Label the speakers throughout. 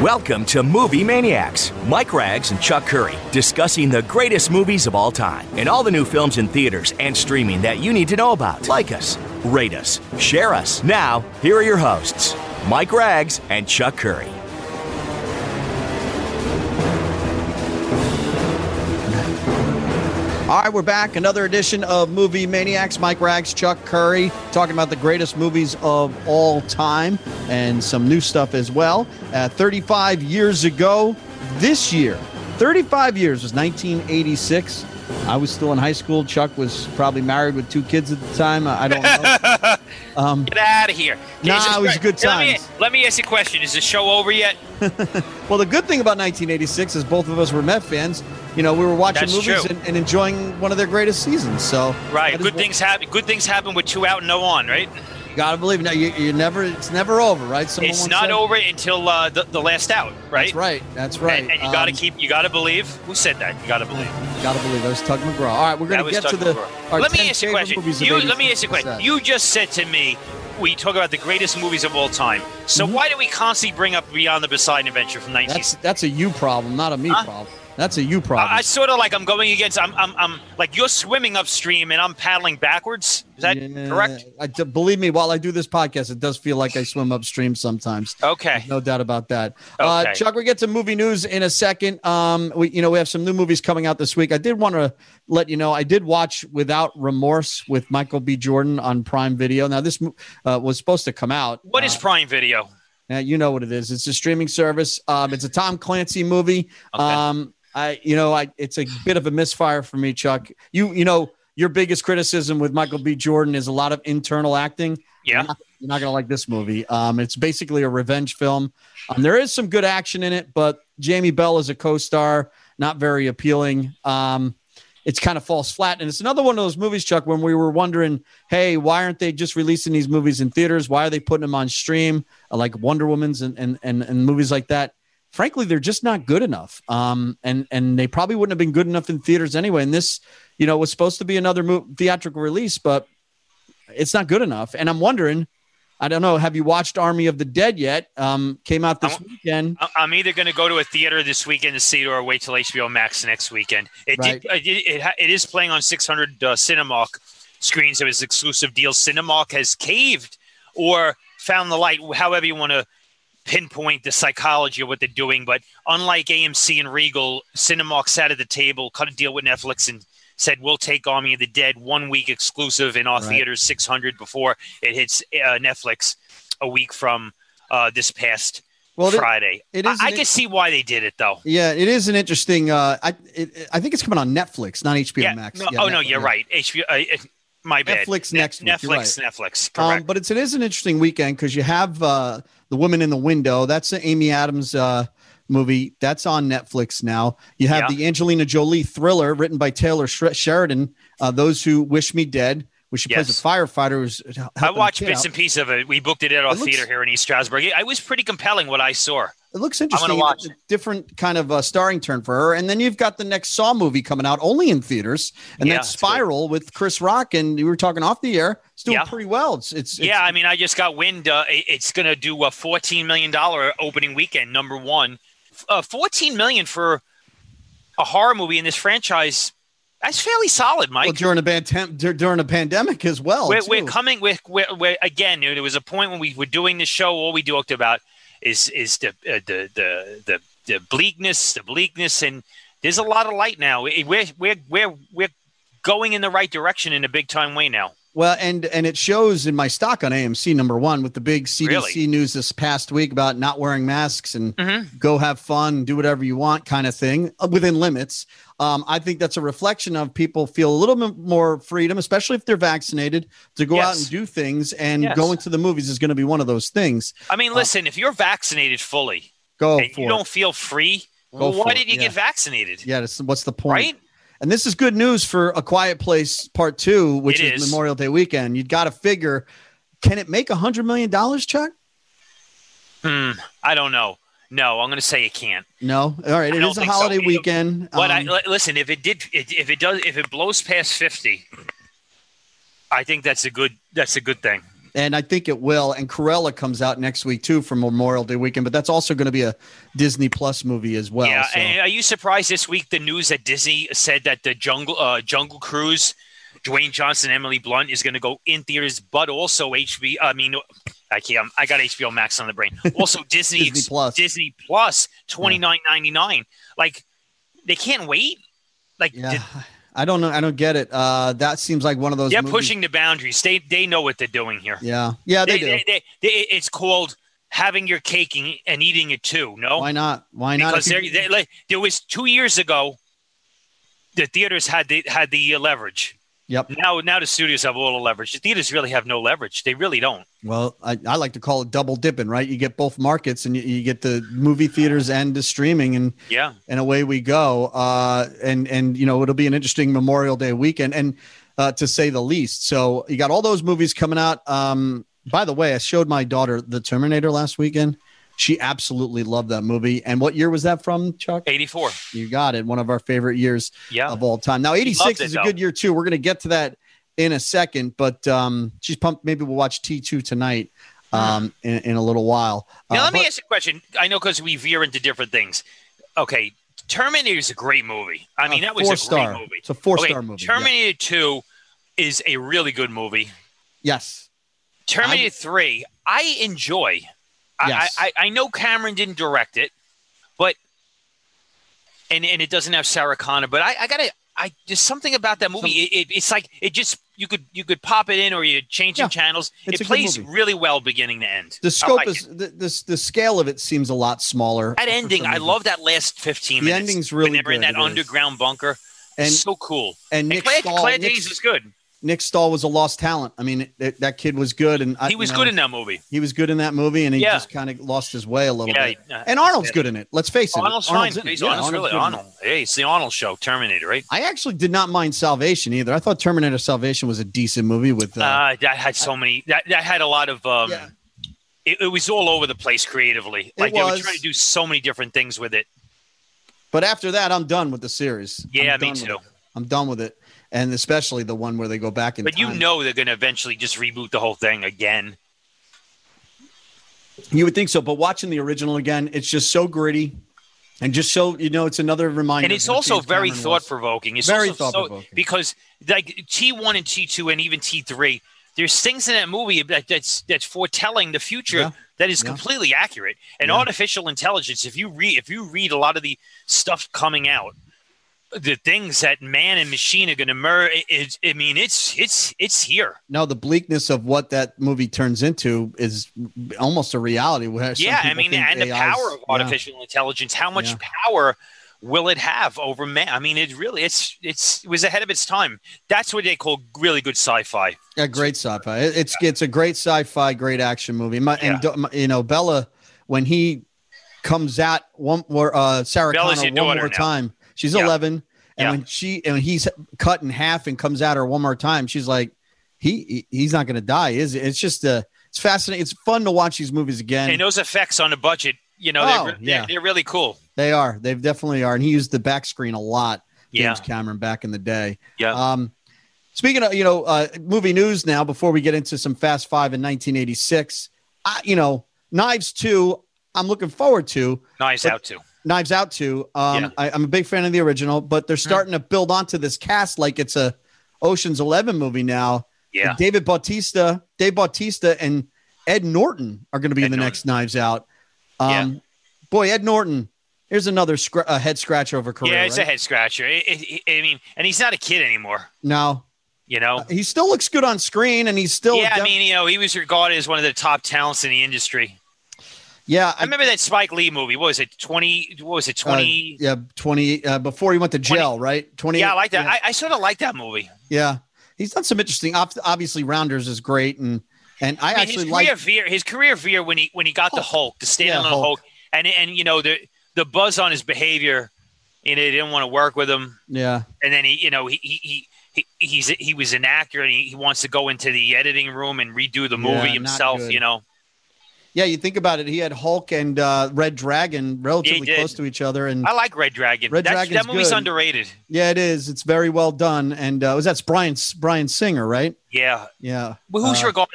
Speaker 1: Welcome to Movie Maniacs. Mike Rags and Chuck Curry discussing the greatest movies of all time and all the new films in theaters and streaming that you need to know about. Like us, rate us, share us. Now, here are your hosts, Mike Rags and Chuck Curry.
Speaker 2: All right, we're back. Another edition of Movie Maniacs. Mike Rags, Chuck Curry, talking about the greatest movies of all time and some new stuff as well. Uh, 35 years ago, this year, 35 years was 1986. I was still in high school. Chuck was probably married with two kids at the time. I I don't know. Um,
Speaker 3: Get out of here.
Speaker 2: Nah, it was
Speaker 3: Christ.
Speaker 2: good
Speaker 3: Hey, let me-
Speaker 2: times.
Speaker 3: Let me, ask you a question. Is the show over yet?
Speaker 2: well, the good thing about 1986 is both of us were Met fans. You know, we were watching
Speaker 3: That's
Speaker 2: movies
Speaker 3: true.
Speaker 2: and, and enjoying one of their greatest seasons. So that
Speaker 3: Right.
Speaker 2: is
Speaker 3: Good
Speaker 2: what-
Speaker 3: things happen. Good things happen with two out and no on. Right.
Speaker 2: You gotta believe. Now you, you never. It's never over, right? Someone
Speaker 3: it's
Speaker 2: once
Speaker 3: not
Speaker 2: said-
Speaker 3: over until uh, the, the last out. Right.
Speaker 2: That's right. That's right.
Speaker 3: And, and you got to
Speaker 2: Um,
Speaker 3: keep. You got to believe. Who said that? You got to believe.
Speaker 2: Gotta believe that was Tug McGraw. All right, we're gonna
Speaker 3: that was
Speaker 2: get to
Speaker 3: Doug
Speaker 2: the.
Speaker 3: McGraw.
Speaker 2: our
Speaker 3: Let
Speaker 2: 10
Speaker 3: me ask you
Speaker 2: favorite
Speaker 3: a question.
Speaker 2: movies of
Speaker 3: You,
Speaker 2: 80s.
Speaker 3: let me ask you a question.
Speaker 2: What's that?
Speaker 3: You just said to me, we talk about the greatest movies of all time. So why do we constantly bring up Beyond the Poseidon Adventure from 19?
Speaker 2: Mm-hmm. That's that's a you problem, not a me
Speaker 3: Huh?
Speaker 2: problem. That's a you problem.
Speaker 3: I, I sort of like I'm going against. I'm, I'm, I'm like you're swimming upstream and I'm paddling backwards. Is that
Speaker 2: Yeah,
Speaker 3: correct?
Speaker 2: I, d- believe me, while I do this podcast, it does feel like I swim upstream sometimes.
Speaker 3: Okay.
Speaker 2: No doubt about that. Uh,
Speaker 3: Oh. Okay.
Speaker 2: Chuck, we get to movie news in a second. Um, we, you know, we have some new movies coming out this week. I did want to let you know I did watch Without Remorse with Michael B. Jordan on Prime Video. Now, this mo- uh, was supposed to come out.
Speaker 3: What is
Speaker 2: uh,
Speaker 3: Prime Video?
Speaker 2: now, Eh, you know what it is. It's a streaming service. Um, it's a Tom Clancy movie.
Speaker 3: Okay.
Speaker 2: Um, I, you know, I, it's a bit of a misfire for me, Chuck. You, you know, your biggest criticism with Michael B. Jordan is a lot of internal acting.
Speaker 3: Yeah.
Speaker 2: You're not gonna like this movie. Um, it's basically a revenge film. Um, there is some good action in it, but Jamie Bell is a co-star, not very appealing. Um, it's kind of falls flat, and it's another one of those movies, Chuck, when we were wondering, hey, why aren't they just releasing these movies in theaters? Why are they putting them on stream, uh, like Wonder Woman's and and and, and movies like that? Frankly, they're just not good enough. Um, and and they probably wouldn't have been good enough in theaters anyway. And this, you know, was supposed to be another mo- theatrical release, but it's not good enough. And I'm wondering, I don't know, have you watched Army of the Dead yet? Um, came out this weekend.
Speaker 3: I- I'm either going to go to a theater this weekend to see it, or wait till HBO Max next weekend. It
Speaker 2: Right.
Speaker 3: did, it, it, ha- it is playing on 600 uh, Cinemark screens. It was exclusive deal. Cinemark has caved or found the light, however you want to pinpoint the psychology of what they're doing. But unlike AMC and Regal, Cinemark sat at the table, cut a deal with Netflix, and said we'll take Army of the Dead one week exclusive in our
Speaker 2: Right.
Speaker 3: theaters 600 before it hits uh, Netflix a week from uh, this past
Speaker 2: Well, it-
Speaker 3: Friday.
Speaker 2: it
Speaker 3: I-
Speaker 2: is an
Speaker 3: I,
Speaker 2: in-
Speaker 3: can see why they did it though.
Speaker 2: yeah, it is an interesting. Uh, I it, I think it's coming on Netflix, not HBO
Speaker 3: Yeah.
Speaker 2: Max.
Speaker 3: no-
Speaker 2: Yeah,
Speaker 3: oh no,
Speaker 2: Netflix,
Speaker 3: you're
Speaker 2: yeah.
Speaker 3: right. HBO. Uh, uh, my bad.
Speaker 2: Netflix
Speaker 3: Ne-
Speaker 2: next week, you're
Speaker 3: Netflix. Netflix.
Speaker 2: Um,
Speaker 3: Correct.
Speaker 2: but it's it is an interesting weekend because you have uh, the woman in the window. That's the Amy Adams uh, movie. That's on Netflix now. You have
Speaker 3: Yeah.
Speaker 2: the Angelina Jolie thriller written by Taylor Sher- Sheridan. Uh, Those who wish me dead, where she plays
Speaker 3: Yes.
Speaker 2: a firefighter. Who's
Speaker 3: I watched bits and pieces of it. We booked it at our
Speaker 2: It looks-
Speaker 3: theater here in East Stroudsburg. It, it was pretty compelling what I saw.
Speaker 2: It looks interesting.
Speaker 3: watch
Speaker 2: It's a different kind of uh, starring turn for her. And then you've got the next Saw movie coming out only in theaters, and
Speaker 3: Yeah,
Speaker 2: that's
Speaker 3: it's good.
Speaker 2: Spiral with Chris Rock. And we were talking off the air. It's doing
Speaker 3: Yeah.
Speaker 2: pretty well. It's it's, it's
Speaker 3: yeah, I mean, I just got wind. Uh, it- it's going to do a fourteen million dollar opening weekend. Number one, F- uh, fourteen million for a horror movie in this franchise. That's fairly solid, Mike.
Speaker 2: well, during a bad temp, dur- during a pandemic as well.
Speaker 3: we're,
Speaker 2: too.
Speaker 3: we're coming with we're, we're, again you know, there was a point when we were doing the show all we talked about is is the uh, the, the the the bleakness the bleakness and there's a lot of light now It- we're we're we're, we're going in the right direction in a big time way now
Speaker 2: Well, and and it shows in my stock on AMC number one with the big CDC
Speaker 3: Really?
Speaker 2: news this past week about not wearing masks and
Speaker 3: Mhm.
Speaker 2: go have fun, do whatever you want kind of thing uh, within limits. Um, I think that's a reflection of people feel a little bit more freedom, especially if they're vaccinated, to go out
Speaker 3: Yes.
Speaker 2: and do things. And
Speaker 3: Yes.
Speaker 2: going to the movies is going to be one of those things.
Speaker 3: i mean listen if you're vaccinated fully
Speaker 2: Uh, Go
Speaker 3: and
Speaker 2: for
Speaker 3: you
Speaker 2: it.
Speaker 3: don't feel free
Speaker 2: Go for
Speaker 3: why
Speaker 2: it,
Speaker 3: did you
Speaker 2: yeah.
Speaker 3: get vaccinated
Speaker 2: Yeah, that's, what's the point?
Speaker 3: right
Speaker 2: And this is good news for A Quiet Place Part Two, which
Speaker 3: It
Speaker 2: is,
Speaker 3: is.
Speaker 2: Memorial Day weekend. You've got to figure, can it make a hundred million dollars, Chuck?
Speaker 3: hmm, i don't know no i'm going to say you can't
Speaker 2: No. All right.
Speaker 3: I
Speaker 2: It
Speaker 3: don't
Speaker 2: is a
Speaker 3: think so.
Speaker 2: holiday
Speaker 3: It-
Speaker 2: weekend.
Speaker 3: But I
Speaker 2: Um,
Speaker 3: li- listen, if it did, it, if it does, if it blows past fifty, I think that's a good that's a good thing.
Speaker 2: and I think it will. And Corella comes out next week too for Memorial Day weekend, but that's also going to be a Disney Plus movie as well.
Speaker 3: yeah,
Speaker 2: so-
Speaker 3: and are you surprised this week the news that Disney said that the Jungle uh, Jungle Cruise, Dwayne Johnson, Emily Blunt is going to go in theaters, but also HBO. I mean, I can't. I got HBO Max on the brain. Also Disney
Speaker 2: Disney Plus.
Speaker 3: Disney Plus twenty nine ninety nine. Like they can't wait. Like
Speaker 2: yeah, I don't know. I don't get it. Uh, that seems like one of those.
Speaker 3: they're
Speaker 2: movies-
Speaker 3: pushing the boundaries. They they know what they're doing here.
Speaker 2: Yeah, yeah, they,
Speaker 3: they,
Speaker 2: do.
Speaker 3: they- they- they- it's called having your cake and, and eating it too. No,
Speaker 2: Why not? Why not?
Speaker 3: because
Speaker 2: If you-
Speaker 3: there, they, like, there was two years ago, the theaters had the had the uh, leverage.
Speaker 2: yep.
Speaker 3: Now, now the studios have all the leverage. The theaters really have no leverage. They really don't.
Speaker 2: Well, I, I like to call it double dipping, right? You get both markets, and you, you get the movie theaters and the streaming, and
Speaker 3: Yeah,
Speaker 2: and away we go. Uh, and and you know it'll be an interesting Memorial Day weekend, and uh, to say the least. So you got all those movies coming out. Um, by the way, I showed my daughter The Terminator last weekend. She absolutely loved that movie. And what year was that from, Chuck?
Speaker 3: eighty four.
Speaker 2: You got it. One of our favorite years
Speaker 3: Yeah,
Speaker 2: of all time. Now, 86
Speaker 3: it,
Speaker 2: is a
Speaker 3: though.
Speaker 2: good year, too. We're going to get to that in a second, but um, she's pumped. Maybe we'll watch T2 tonight um, in, in a little while.
Speaker 3: Hmm. Now,
Speaker 2: Uh,
Speaker 3: let me
Speaker 2: but-
Speaker 3: ask you a question. I know because we veer into different things. Okay, Terminator is a great movie. I mean,
Speaker 2: uh,
Speaker 3: that was a great
Speaker 2: four-star.
Speaker 3: movie.
Speaker 2: It's a four
Speaker 3: Okay,
Speaker 2: star movie. yeah.
Speaker 3: Terminator Two is a really good movie.
Speaker 2: Yes.
Speaker 3: Terminator Three, I enjoy. I
Speaker 2: Yes.
Speaker 3: I, I, I know Cameron didn't direct it, but and and it doesn't have Sarah Connor, but I, I gotta I there's something about that movie. It, it, it's like it just you could you could pop it in or you're changing
Speaker 2: Yeah.
Speaker 3: channels.
Speaker 2: It's a
Speaker 3: it
Speaker 2: good
Speaker 3: plays
Speaker 2: movie.
Speaker 3: really well beginning to end. I
Speaker 2: The scope
Speaker 3: like
Speaker 2: is
Speaker 3: it.
Speaker 2: the, the the scale of it seems a lot smaller.
Speaker 3: that
Speaker 2: for
Speaker 3: ending.
Speaker 2: some
Speaker 3: I
Speaker 2: reason.
Speaker 3: love that last fifteen
Speaker 2: The
Speaker 3: minutes.
Speaker 2: ending's
Speaker 3: when
Speaker 2: really
Speaker 3: they were in
Speaker 2: good,
Speaker 3: that
Speaker 2: it is.
Speaker 3: underground bunker.
Speaker 2: and
Speaker 3: so cool.
Speaker 2: and
Speaker 3: And,
Speaker 2: Nick
Speaker 3: Claire,
Speaker 2: Stahl.
Speaker 3: Claire
Speaker 2: Nick,
Speaker 3: Danes was good.
Speaker 2: Nick Stahl was a lost talent. I mean, that, that kid was good, and I-
Speaker 3: He
Speaker 2: you
Speaker 3: was
Speaker 2: know,
Speaker 3: good in that movie.
Speaker 2: he was good in that movie, and he
Speaker 3: Yeah.
Speaker 2: just kind of lost his way a little
Speaker 3: Yeah,
Speaker 2: bit.
Speaker 3: he- uh,
Speaker 2: and Arnold's good in it. Let's face it.
Speaker 3: Arnold's,
Speaker 2: in
Speaker 3: fine.
Speaker 2: it.
Speaker 3: He's
Speaker 2: Yeah,
Speaker 3: Arnold's really
Speaker 2: good in it.
Speaker 3: Arnold. Hey, it's the Arnold show, Terminator, right?
Speaker 2: I actually did not mind Salvation either. I thought Terminator Salvation was a decent movie with. Uh,
Speaker 3: Uh, that had so many. That that had a lot of. Um,
Speaker 2: Yeah.
Speaker 3: it, it was all over the place creatively. Like they
Speaker 2: was.
Speaker 3: were trying to do so many different things with it.
Speaker 2: but after that, I'm done with the series.
Speaker 3: Yeah,
Speaker 2: I'm
Speaker 3: me
Speaker 2: done with
Speaker 3: too.
Speaker 2: it. I'm done with it, and especially the one where they go back in.
Speaker 3: But you
Speaker 2: time.
Speaker 3: know they're going to eventually just reboot the whole thing again.
Speaker 2: You would think so, but watching the original again, it's just so gritty, and just so you know, it's another reminder.
Speaker 3: and it's
Speaker 2: of what
Speaker 3: also
Speaker 2: James
Speaker 3: very
Speaker 2: Cameron was.
Speaker 3: thought provoking. It's
Speaker 2: Very
Speaker 3: also so-
Speaker 2: thought-provoking.
Speaker 3: because like T one and T two and even T three. There's things in that movie that, that's that's foretelling the future
Speaker 2: Yeah.
Speaker 3: that is
Speaker 2: Yeah.
Speaker 3: completely accurate. And
Speaker 2: Yeah.
Speaker 3: artificial intelligence, if you read if you read a lot of the stuff coming out, the things that man and machine are going to merge. It, it, I mean, it's it's it's here.
Speaker 2: No, the bleakness of what that movie turns into is almost a reality. Where some
Speaker 3: yeah, I
Speaker 2: people
Speaker 3: mean,
Speaker 2: think
Speaker 3: and the
Speaker 2: AI 's-
Speaker 3: power of
Speaker 2: yeah.
Speaker 3: artificial intelligence. How much
Speaker 2: Yeah.
Speaker 3: power will it have over man? I mean, it really it's it's it was ahead of its time. That's what they call really good sci-fi.
Speaker 2: Yeah, great sci-fi. It- It's it's a great sci-fi, great action movie. My,
Speaker 3: Yeah.
Speaker 2: And do- my- you know, Bella, when he comes at one more uh, Sarah
Speaker 3: Bella's
Speaker 2: Connor
Speaker 3: your
Speaker 2: one more
Speaker 3: daughter now.
Speaker 2: time, she's
Speaker 3: Yeah.
Speaker 2: eleven, and
Speaker 3: Yeah.
Speaker 2: when she and when he's cut in half and comes at her one more time, she's like, he, he- he's not going to die, is it? It's just a it's fascinating. It's fun to watch these movies again.
Speaker 3: And, those effects on a budget, you know,
Speaker 2: Oh,
Speaker 3: they're, they're,
Speaker 2: yeah.
Speaker 3: they're really cool.
Speaker 2: they are. They definitely are. And he used the back screen a lot.
Speaker 3: Yeah,
Speaker 2: James Cameron back in the day.
Speaker 3: yeah.
Speaker 2: Um, speaking of, you know, uh, movie news now, before we get into some Fast Five in 1986, I, you know, Knives 2, I'm looking forward to.
Speaker 3: Knives
Speaker 2: but-
Speaker 3: out too.
Speaker 2: Knives Out 2, um,
Speaker 3: Yeah. Mm.
Speaker 2: I, I'm a big fan of the original, but they're starting to build onto this cast like it's a Ocean's 11 movie now.
Speaker 3: Yeah,
Speaker 2: And David Bautista, Dave Bautista, and Ed Norton are going to be
Speaker 3: Ed
Speaker 2: in the
Speaker 3: Norton.
Speaker 2: next Knives Out.
Speaker 3: Yeah.
Speaker 2: Um, Boy, Ed Norton. Here's another scr- uh, head scratcher over career.
Speaker 3: yeah. It's a
Speaker 2: right?
Speaker 3: head scratcher. It- it- it- I mean, and he's not a kid anymore.
Speaker 2: no,
Speaker 3: You know.
Speaker 2: he still looks good on screen, and he's Uh, still
Speaker 3: yeah, I
Speaker 2: def-
Speaker 3: mean, you know, he was regarded as one of the top talents in the industry.
Speaker 2: yeah.
Speaker 3: I, remember that Spike Lee movie. What was it? Twenty? What was it? Twenty?
Speaker 2: yeah, 20 uh, before he went to
Speaker 3: 20
Speaker 2: jail, right? 20
Speaker 3: yeah, I like that.
Speaker 2: Yeah,
Speaker 3: I, I sort of like that movie.
Speaker 2: yeah. He's done some interesting ob- obviously Rounders is great and and I,
Speaker 3: I mean,
Speaker 2: actually
Speaker 3: his
Speaker 2: like
Speaker 3: career veer his career veer when he when he got the Hulk, the stand
Speaker 2: Yeah,
Speaker 3: on the Hulk.
Speaker 2: Hulk.
Speaker 3: and and you know the the buzz on his behavior, and they didn't want to work with him,
Speaker 2: yeah.
Speaker 3: and then he you know he he. he he- He's he was inaccurate. He, he wants to go into the editing room and redo
Speaker 2: Yeah,
Speaker 3: the movie
Speaker 2: not
Speaker 3: himself.
Speaker 2: good.
Speaker 3: You know,
Speaker 2: Yeah, you think about it, he had Hulk and uh, Red Dragon relatively
Speaker 3: did.
Speaker 2: close to each other and
Speaker 3: I like Red Dragon.
Speaker 2: Red
Speaker 3: That's, that
Speaker 2: Dragon's
Speaker 3: movie's
Speaker 2: good.
Speaker 3: underrated.
Speaker 2: yeah, it is. It's very well done and uh, was that's Brian Brian Singer, right?
Speaker 3: Yeah.
Speaker 2: Yeah.
Speaker 3: Well, who's
Speaker 2: Uh,
Speaker 3: regarded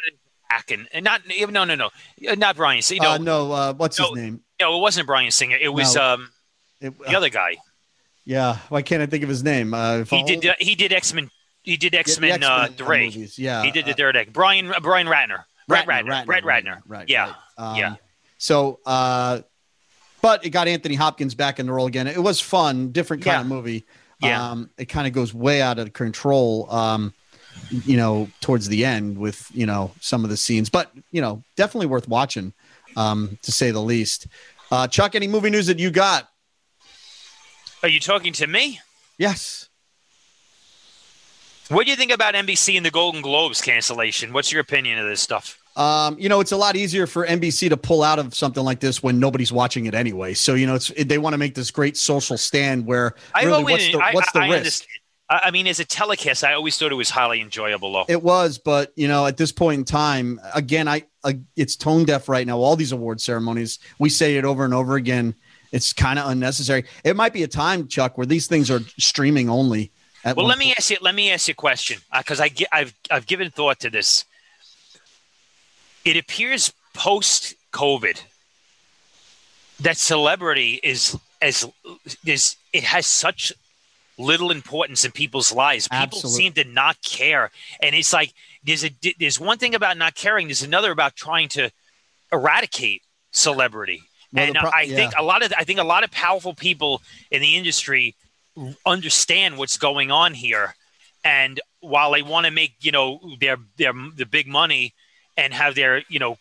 Speaker 3: Akin, and not no no no, not Brian. You know,
Speaker 2: uh, no, uh, what's
Speaker 3: No.
Speaker 2: his name?
Speaker 3: no, it wasn't Brian Singer. It was
Speaker 2: No. Uh,
Speaker 3: um,
Speaker 2: It-
Speaker 3: the other guy.
Speaker 2: yeah, why can't I think of his name? Uh, if
Speaker 3: He
Speaker 2: I'll-
Speaker 3: did uh, he did X Men. He did
Speaker 2: the
Speaker 3: X Men uh,
Speaker 2: X-Men,
Speaker 3: Ray.
Speaker 2: movies, Yeah,
Speaker 3: he did the
Speaker 2: uh,
Speaker 3: third act. Brian uh, Brian Ratner. Brett Ratner. Brett Ratner.
Speaker 2: Right.
Speaker 3: Yeah.
Speaker 2: right. Um,
Speaker 3: Yeah.
Speaker 2: So, uh, but it got Anthony Hopkins back in the role again. It was fun, different kind
Speaker 3: Yeah.
Speaker 2: of movie.
Speaker 3: Yeah.
Speaker 2: Um, it kind of goes way out of control, um, you know, towards the end with, you know, some of the scenes, but, you know, definitely worth watching, um, to say the least. Uh, Chuck, any movie news that you got?
Speaker 3: Are you talking to me?
Speaker 2: Yes.
Speaker 3: What do you think about NBC and the Golden Globes cancellation? What's your opinion of this stuff?
Speaker 2: Um, you know, it's a lot easier for NBC to pull out of something like this when nobody's watching it anyway. So, you know, it's they want to make this great social stand where really,
Speaker 3: always
Speaker 2: what's the, what's the
Speaker 3: I,
Speaker 2: risk?
Speaker 3: understand. I, I mean, as a telecast, I always thought it was highly enjoyable. Though.
Speaker 2: It was, but you know, at this point in time, again, I, I it's tone deaf right now. All these award ceremonies, we say it over and over again. It's kind of unnecessary. It might be a time, Chuck, where these things are streaming only. At
Speaker 3: well,
Speaker 2: one
Speaker 3: let me ask you. Let me ask you a question because I get, I've I've given thought to this. It appears post COVID that celebrity is as is it has such little importance in people's lives. People
Speaker 2: Absolute.
Speaker 3: seem to not care, and it's like there's a there's one thing about not caring. There's another about trying to eradicate celebrity.
Speaker 2: Well, the
Speaker 3: and
Speaker 2: pro-
Speaker 3: I think a lot of I think a lot of powerful people in the industry understand what's going on here, and while they want to make you know their their the big money and have their you know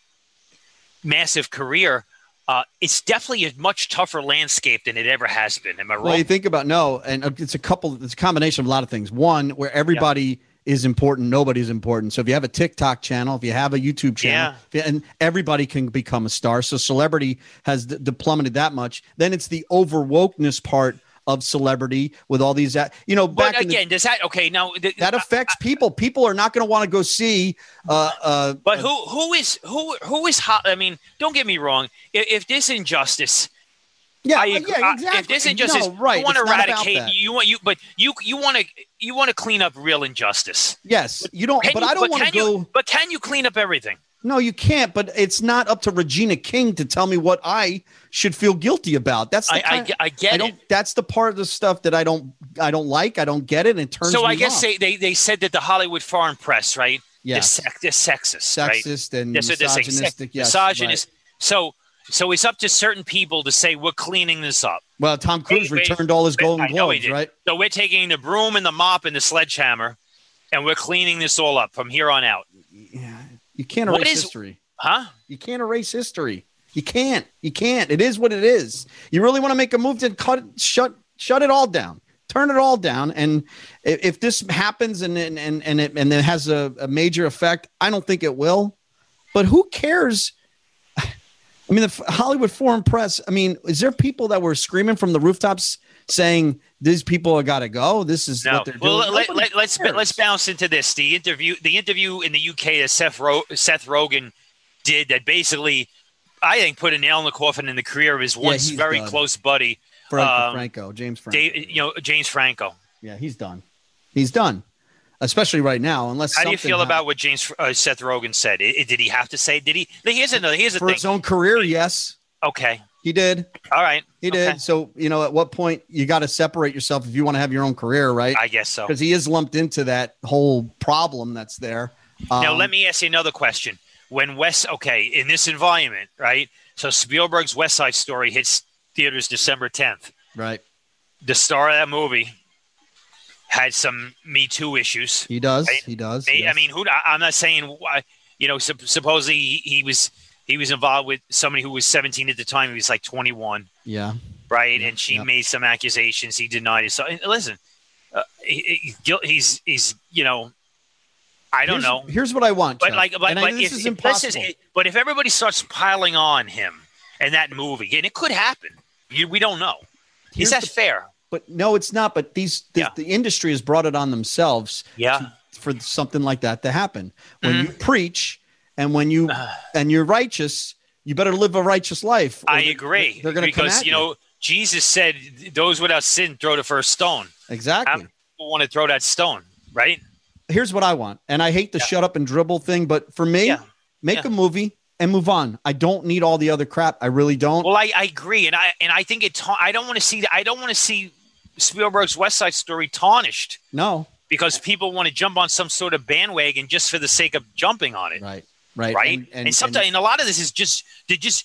Speaker 3: massive career, uh, it's definitely a much tougher landscape than it ever has been. Am I
Speaker 2: Well, you
Speaker 3: wrong?
Speaker 2: think about no, and uh, it's a couple. It's a combination of a lot of things. One, where everybody is important, nobody's important. So if you have a TikTok channel, if you have a YouTube channel, if you- and everybody can become a star. So celebrity has d- d- plummeted that much. Then it's the overwokeness part of celebrity with all these. a- You know, back
Speaker 3: But
Speaker 2: in the-
Speaker 3: again, does that okay? Now, th-
Speaker 2: that affects people. People are not going to want to go see. Uh, uh,
Speaker 3: But who who is who who is hot? I mean, don't get me wrong. If, if this injustice,
Speaker 2: yeah, uh,
Speaker 3: I
Speaker 2: yeah,
Speaker 3: agree. I-
Speaker 2: exactly.
Speaker 3: If this injustice,
Speaker 2: No, right?
Speaker 3: you want to
Speaker 2: it's not about
Speaker 3: eradicate.
Speaker 2: that.
Speaker 3: You want you, but you you want to you want to clean up real injustice.
Speaker 2: Yes, you don't.
Speaker 3: Can
Speaker 2: But
Speaker 3: you-
Speaker 2: I don't want to
Speaker 3: can you-
Speaker 2: go.
Speaker 3: but can you clean up everything?
Speaker 2: No, you can't. But it's not up to Regina King to tell me what I should feel guilty about. That's the
Speaker 3: I, I,
Speaker 2: kind-
Speaker 3: ge- I get
Speaker 2: I don't.
Speaker 3: it.
Speaker 2: That's the part of the stuff that I don't. I don't like. I don't get it. And it turns.
Speaker 3: So I
Speaker 2: me
Speaker 3: guess
Speaker 2: off.
Speaker 3: they, they they said that the Hollywood foreign press, right?
Speaker 2: Yeah.
Speaker 3: They're, sec- they're sexist, right?
Speaker 2: sexist and
Speaker 3: That's what they're saying.
Speaker 2: misogynistic.
Speaker 3: Sec-
Speaker 2: Yes,
Speaker 3: misogynist.
Speaker 2: right.
Speaker 3: So so it's up to certain people to say we're cleaning this up.
Speaker 2: Well, Tom Cruise
Speaker 3: Wait, wait,
Speaker 2: returned all his Golden
Speaker 3: I know he
Speaker 2: Globes,
Speaker 3: did.
Speaker 2: right?
Speaker 3: So we're taking the broom and the mop and the sledgehammer, and we're cleaning this all up from here on out,
Speaker 2: Yeah. You can't
Speaker 3: What
Speaker 2: erase
Speaker 3: is-
Speaker 2: history.
Speaker 3: huh?
Speaker 2: You can't erase history. You can't. You can't. It is what it is. You really want to make a move to cut, shut, shut it all down. Turn it all down. And i- if this happens and and and and it, and it has a, a major effect, I don't think it will. But who cares? I mean, the F- Hollywood Foreign Press. I mean, is there people that were screaming from the rooftops saying these people have got to go? This is
Speaker 3: No.
Speaker 2: what they're
Speaker 3: Well,
Speaker 2: doing.
Speaker 3: let,
Speaker 2: Nobody
Speaker 3: let, let's
Speaker 2: cares.
Speaker 3: let's bounce into this. The interview, the interview in the UK that Seth Ro- Seth Rogen did that basically, I think, put a nail in the coffin in the career of his
Speaker 2: Yeah,
Speaker 3: once
Speaker 2: he's
Speaker 3: very
Speaker 2: done.
Speaker 3: close buddy,
Speaker 2: Franco,
Speaker 3: um,
Speaker 2: Franco, James Franco.
Speaker 3: Dave, you know, James Franco.
Speaker 2: Yeah, he's done. He's done. Especially right now, unless
Speaker 3: How do you
Speaker 2: something
Speaker 3: feel
Speaker 2: hap-
Speaker 3: about what James uh, Seth Rogen said? I- I- did he have to say? Did he? Here's another. Here's the
Speaker 2: for
Speaker 3: thing.
Speaker 2: his own career? Yes,
Speaker 3: okay.
Speaker 2: he did.
Speaker 3: All right.
Speaker 2: He
Speaker 3: Okay.
Speaker 2: did. So you know, at what point you got to separate yourself if you want to have your own career, right?
Speaker 3: I guess so.
Speaker 2: Because he is lumped into that whole problem that's there. Um,
Speaker 3: Now let me ask you another question. When West, okay, in this environment, right? So Spielberg's West Side Story hits theaters December 10th.
Speaker 2: Right,
Speaker 3: The star of that movie had some Me Too issues.
Speaker 2: he does.
Speaker 3: I-
Speaker 2: he does.
Speaker 3: They- I
Speaker 2: yes.
Speaker 3: mean, who? I- I'm not saying why. You know, sup- supposedly he, he was he was involved with somebody who was 17 at the time. He was like 21,
Speaker 2: yeah,
Speaker 3: right?
Speaker 2: Yeah,
Speaker 3: and she
Speaker 2: yeah.
Speaker 3: made some accusations. He denied it. So and listen, uh, he, he's guil- he's he's you know, I don't
Speaker 2: Here's-
Speaker 3: know.
Speaker 2: Here's what I want.
Speaker 3: But
Speaker 2: Chuck.
Speaker 3: like, but,
Speaker 2: and I,
Speaker 3: but
Speaker 2: this
Speaker 3: if,
Speaker 2: is
Speaker 3: if- let's
Speaker 2: impossible.
Speaker 3: just- but if everybody starts piling on him and that movie, and it could happen, you, we don't know.
Speaker 2: Here's
Speaker 3: Is that
Speaker 2: the-
Speaker 3: fair?
Speaker 2: but no, it's not. But these, the,
Speaker 3: Yeah.
Speaker 2: the industry has brought it on themselves.
Speaker 3: Yeah. Mm-hmm.
Speaker 2: for something like that to happen. When you preach and when you and you're righteous, you better live a righteous life. or
Speaker 3: I
Speaker 2: they-
Speaker 3: agree.
Speaker 2: They're going to come
Speaker 3: because
Speaker 2: at
Speaker 3: you know Jesus said, "Those without sin throw the first stone."
Speaker 2: exactly.
Speaker 3: How many people want to throw that stone, right?
Speaker 2: Here's what I want, and I hate the shut up and dribble thing, but for me,
Speaker 3: Yeah.
Speaker 2: Make
Speaker 3: Yeah.
Speaker 2: a movie and move on. I don't need all the other crap. I really don't.
Speaker 3: Well, I, I agree, and I and I think it's. I don't want to see. I don't want to see Spielberg's West Side Story tarnished
Speaker 2: no.
Speaker 3: because people want to jump on some sort of bandwagon just for the sake of jumping on it, right?
Speaker 2: Right. Right.
Speaker 3: And, sometimes, and, a lot of this is just they just